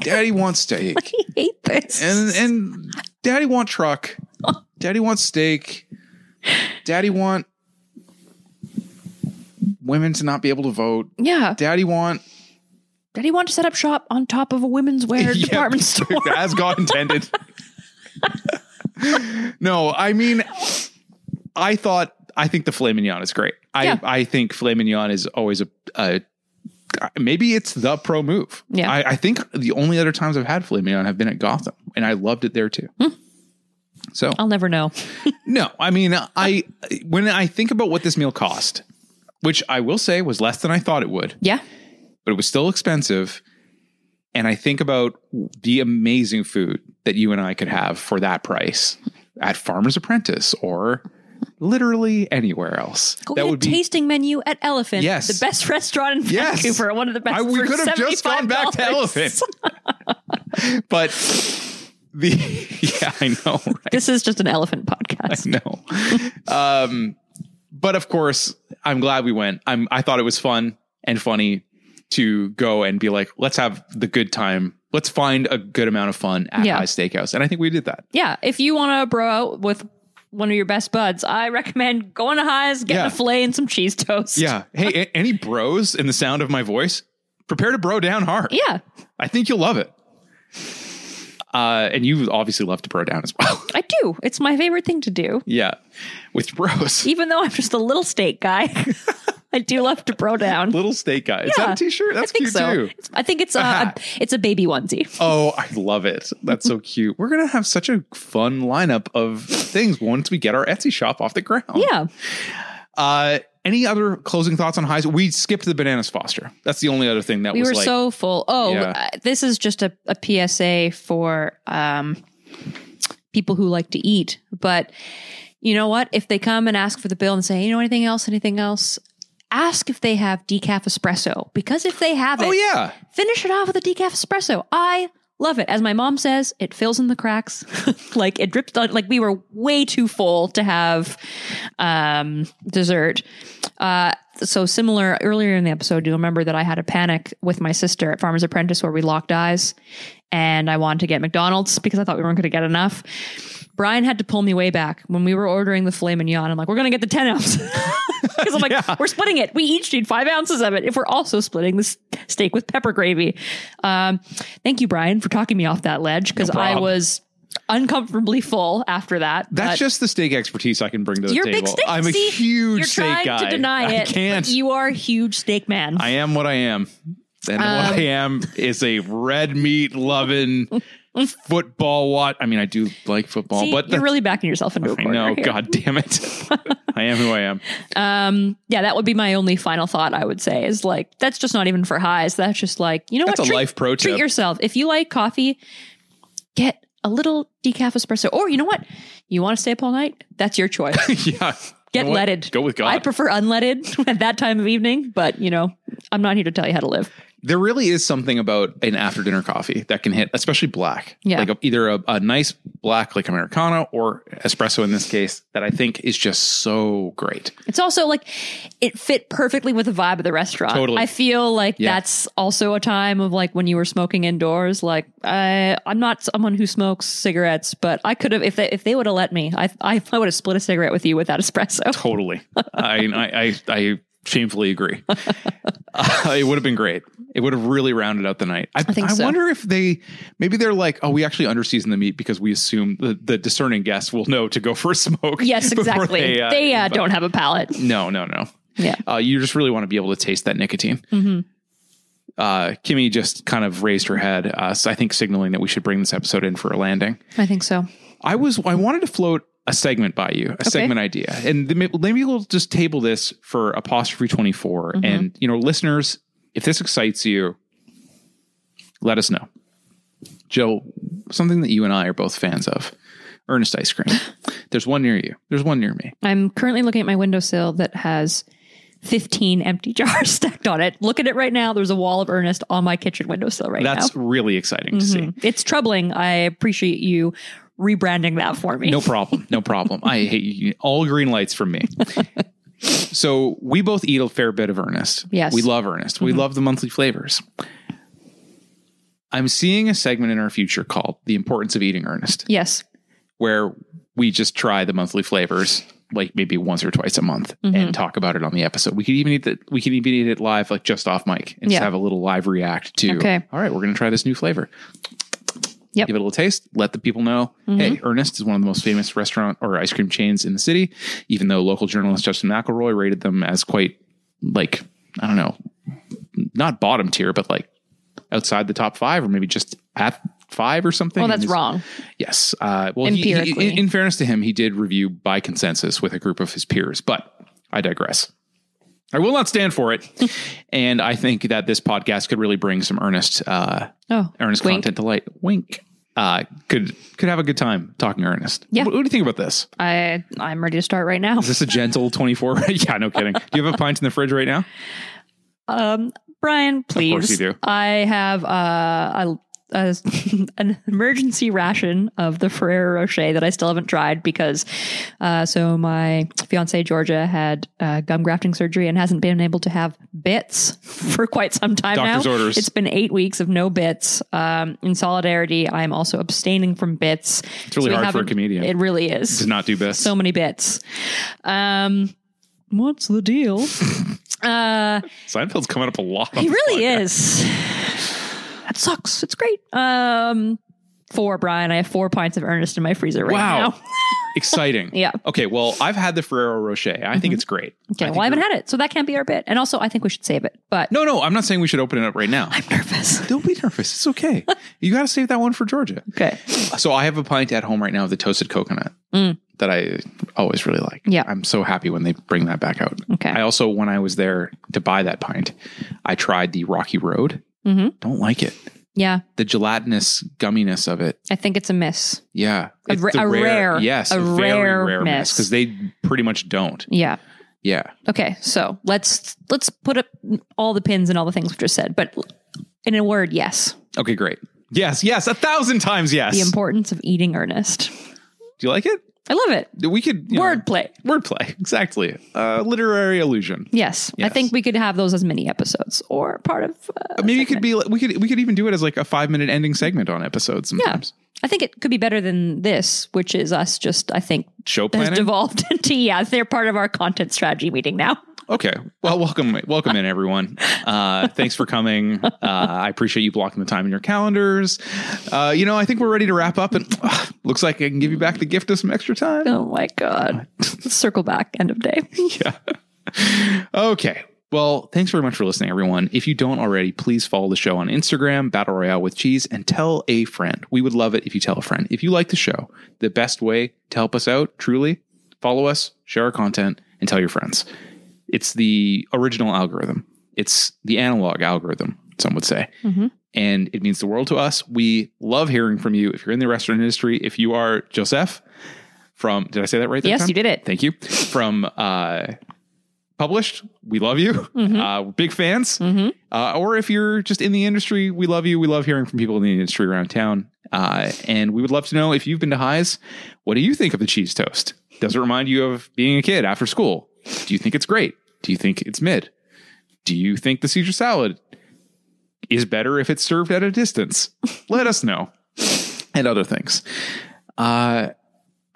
Daddy wants steak.
I hate this.
And and daddy want truck. Daddy wants steak. Daddy want women to not be able to vote.
yeah.
Daddy want
Did he want to set up shop on top of a women's wear
Yeah,
department store?
as God intended. no, I mean, I thought I think the filet mignon is great. I
Yeah.
I think filet mignon is always a, a maybe it's the pro move.
Yeah.
I, I think the only other times I've had filet mignon have been at Gotham, and I loved it there too.
Hmm.
So
I'll never know.
no, I mean, I when I think about what this meal cost, which I will say was less than I thought it would
Yeah.
but it was still expensive. And I think about the amazing food that you and I could have for that price at Farmer's Apprentice or literally anywhere else.
Go
that
get a tasting menu at Elephant.
Yes.
The best restaurant in
Yes.
Vancouver. One of the best.
I- we
for
could have just gone back to
$75.
Elephant. but the yeah, I know, right?
This is just an elephant podcast.
No. um, but of course, I'm glad we went. I'm I thought it was fun and funny to go and be like, let's have the good time. Let's find a good amount of fun at
Yeah.
High Steakhouse. And I think we did that.
Yeah. If you want to bro out with one of your best buds, I recommend going to Highs, getting
Yeah.
a filet and some cheese toast.
Yeah. Hey, a- any bros in the sound of my voice? prepare to bro down hard.
Yeah,
I think you'll love it. Uh, and you obviously love to bro down as well.
I do. It's my favorite thing to do.
yeah. With bros.
Even though I'm just a little steak guy, I do love to bro down.
Little steak guy. Is that
Yeah,
a t shirt? That's
I think
cute
so.
too.
It's- I think it's a, a
hat.
it's a baby onesie.
Oh, I love it. That's so cute. We're going to have such a fun lineup of things once we get our Etsy shop off the ground.
Yeah.
Uh, any other closing thoughts on highs? We skipped the bananas Foster. That's the only other thing that
we
was
were
like
so full oh
Yeah.
uh, this is just a, a psa for um, people who like to eat but you know what if they come and ask for the bill and say you know anything else anything else ask if they have decaf espresso because if they have
Oh
it
yeah.
finish it off with a decaf espresso i love it as my mom says it fills in the cracks like it drips on like we were way too full to have um, dessert. Uh, so similar earlier in the episode, you remember that I had a panic with my sister at Farmer's Apprentice where we locked eyes and I wanted to get McDonald's because I thought we weren't going to get enough. Brian had to pull me way back when we were ordering the filet mignon. I'm like, we're going to get the 10 ounce. Because I'm like, we're splitting it. We each need five ounces of it if we're also splitting this steak with pepper gravy. Um, thank you, Brian, for talking me off that ledge because I
prob.
was uncomfortably full after that.
That's
but-
just the steak expertise I can bring to the
you're a
table.
big steak.
I'm a
see?
huge
you're
steak
trying
guy.
to deny it.
I can't.
but You are a huge steak man.
I am what I am. And
Um,
what I am is a red meat loving football watch. I mean, I do like football,
See,
but
you're
the-
really backing yourself into a
I
corner.
know,
here.
god damn it. I am who I am.
Um, yeah, that would be my only final thought. I would say is like that's just not even for highs. That's just like you know
That's
what
a
treat,
life pro
treat
tip.
yourself. If you like coffee, get a little decaf espresso. Or you know what, you want to stay up all night? That's your choice.
yeah. You
Get
know what?
leaded.
Go with God.
I prefer unleaded at that time of evening, but you know, I'm not here to tell you how to live.
there really is something about an after dinner coffee that can hit, especially black.
Yeah.
Like a, either a, a nice black, like Americano or espresso in this case, that I think is just so great.
It's also like it fit perfectly with the vibe of the restaurant.
Totally.
I feel like
Yeah.
that's also a time of like when you were smoking indoors. Like I, I'm not someone who smokes cigarettes, but I could have if they if they would have let me, I I, I would have split a cigarette with you with that espresso.
Totally. I, I, I, I shamefully agree. Uh, it would have been great. It would have really rounded out the night. I, I,
think so.
wonder if they, maybe they're like, oh, we actually underseason the meat because we assume the, the discerning guests will know to go for a smoke.
Yes,
before
exactly. They, uh,
invite-
don't have a palate.
No, no, no.
Yeah.
Uh, you just really want to be able to taste that nicotine. Uh, Kimmy just kind of raised her head, uh, so I think signaling that we should bring this episode in for a landing.
I think so.
I was I wanted to float a segment by you, a segment idea, and then may- maybe we'll just table this for apostrophe twenty And you know, listeners, if this excites you, let us know. Joe, something that you and I are both fans of, Ernest ice cream. There's one near you. There's one near me.
I'm currently looking at my windowsill that has 15 empty jars stacked on it. Look at it right now. There's a wall of Ernest on my kitchen windowsill right now.
That's really exciting to see.
It's troubling. I appreciate you rebranding that for me.
No problem. No problem. I hate you. All green lights from me. so we both eat a fair bit of Ernest.
Yes. Mm-hmm.
We love Ernest. We love the monthly flavors. I'm seeing a segment in our future called The Importance of Eating Ernest,
Yes.
where we just try the monthly flavors like maybe once or twice a month
Mm-hmm.
and talk about it on the episode. We could even eat that we could even eat it live, like just off mic and just
Yeah.
have a little live react to
Okay.
all right, we're gonna try this new flavor
Yep. Mm-hmm.
give it a little taste, let the people know, hey, Ernest is one of the most famous restaurant or ice cream chains in the city, even though local journalist Justin McElroy rated them as quite like, I don't know, not bottom tier, but like outside the top five or maybe just at five or something.
Well,
And
that's
he's-
wrong.
Yes. Uh, well, he- he-
Empirically.
in, in fairness to him, he did review by consensus with a group of his peers, but I digress. I will not stand for it. and I think that this podcast could really bring some earnest uh,
Oh,
Ernest
wink.
content delight. Wink. Uh, could could have a good time talking Ernest.
Yeah.
What, what do you think about this?
I I'm ready to start right now.
Is this a gentle twenty four? yeah, no kidding. Do you have a pint in the fridge right now?
Um, Brian, please.
course you do.
I have uh, a, a an emergency ration of the Ferrero Rocher that I still haven't tried because, uh, so my fiance Georgia had uh, gum grafting surgery and hasn't been able to have bits for quite some time
Doctor's
now.
orders.
It's been eight weeks of no bits. Um, in solidarity, I am also abstaining from bits. It's
really hard for a comedian.
It really is
Does not do best.
so many bits. Um, what's the deal? Uh,
Seinfeld's coming up a lot. on
he
this
really
podcast.
is. That sucks. It's great. Um, four, Brian. I have four pints of Ernest in my freezer right
Wow.
now.
Exciting.
Yeah. Mm-hmm.
Okay. Well, I've had the Ferrero Rocher. I think it's great.
Okay,
I
well, I haven't had it, so that can't be our bit. And also, I think we should save it. But
No, no. I'm not saying we should open it up right now.
I'm nervous.
Don't be nervous. It's okay. you got to save that one for Georgia.
Okay.
So I have a pint at home right now of the toasted coconut
Mm.
that I always really like.
Yeah.
I'm so happy when they bring that back out.
Okay.
I also, when I was there to buy that pint, I tried the Rocky Road.
Mhm.
Don't like it.
Yeah,
The gelatinous gumminess of it.
I think it's a miss.
Yeah.
A ra-
the
a rare-
Yes.
a rare miss.
Because they pretty much don't.
Yeah.
Yeah.
Okay, so let's let's put up all the pins and all the things which are said, but in a word, yes,
Okay, great. Yes, yes, a thousand times yes.
the importance of eating earnest.
Do you like it?
I love it.
We could you know,
Wordplay.
wordplay exactly. Uh, literary illusion.
Yes, I
Yes.
think we could have those as mini episodes or part of. Uh,
Maybe it could be. like- We could. We could even do it as like a five minute ending segment on episodes. Sometimes
I think it could be better than this, which is us just. I think
show
has
planning.
devolved into yeah, they're part of our content strategy meeting now.
okay. Well, welcome, welcome in everyone. Uh, thanks for coming. Uh, I appreciate you blocking the time in your calendars. Uh, you know, I think we're ready to wrap up, and uh, looks like I can give you back the gift of some extra time.
Oh my god! Let's circle back. End of day.
yeah. Okay. Well, thanks very much for listening, everyone. If you don't already, please follow the show on Instagram, Battle Royale with Cheese, and tell a friend. We would love it if you tell a friend. If you like the show, the best way to help us out, truly, follow us, share our content, and tell your friends. It's the original algorithm, it's the analog algorithm, some would say
Mm-hmm.
and it means the world to us. We love hearing from you. If you're in the restaurant industry, if you are Joseph from, did I say that right? that
Yes,
time?
you did it.
Thank you. From uh, Published, we love you. Uh, we're big fans. Uh, or if you're just in the industry, we love you. We love hearing from people in the industry around town. Uh, and we would love to know if you've been to Highs, what do you think of the cheese toast? Does it remind you of being a kid after school? Do you think it's great? Do you think it's mid? Do you think the Caesar salad is better if it's served at a distance? Let us know. And other things. Uh,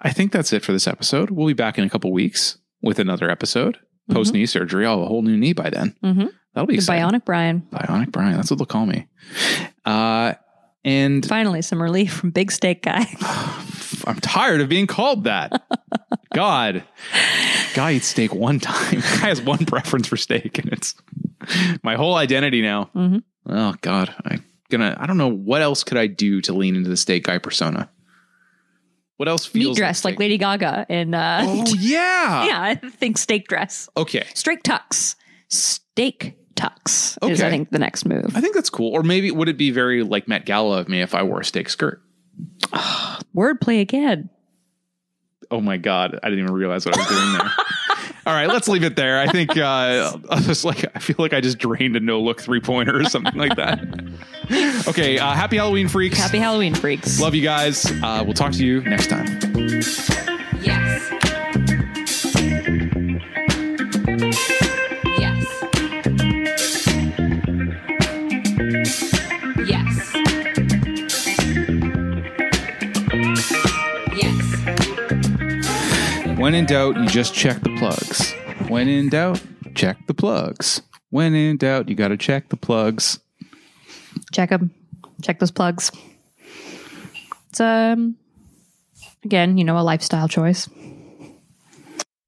I think that's it for this episode. We'll be back in a couple weeks with another episode. Post knee surgery. I'll have a whole new knee by then.
Mhm.
That'll be
The
exciting.
Bionic Brian.
Bionic Brian. That's what they'll call me. Uh, and
Finally, some relief from Big Steak Guy.
I'm tired of being called that. God, guy eats steak one time. Guy has one preference for steak, and it's my whole identity now.
Mhm.
Oh God, I gonna. I don't know what else could I do to lean into the steak guy persona. What else feels
Meat dress like
steak?
Lady Gaga in uh
Oh yeah.
yeah, I think steak dress.
Okay.
Straight tux. Steak tux is
Okay.
I think the next move.
I think that's cool. Or maybe would it be very like Met Gala of me if I wore a steak skirt?
Wordplay again.
Oh my god, I didn't even realize what I was doing there. All right, let's leave it there. I think uh, I was like, I feel like I just drained a no look three pointer or something like that. Okay, uh, happy Halloween, freaks.
Happy Halloween freaks.
Love you guys. Uh, we'll talk to you next time.
Yes. Yes. Yes. Yes.
When in doubt, you just check the plugs. When in doubt, check the plugs. When in doubt, you got to check the plugs.
Check them. Check those plugs. It's um again, you know, a lifestyle choice.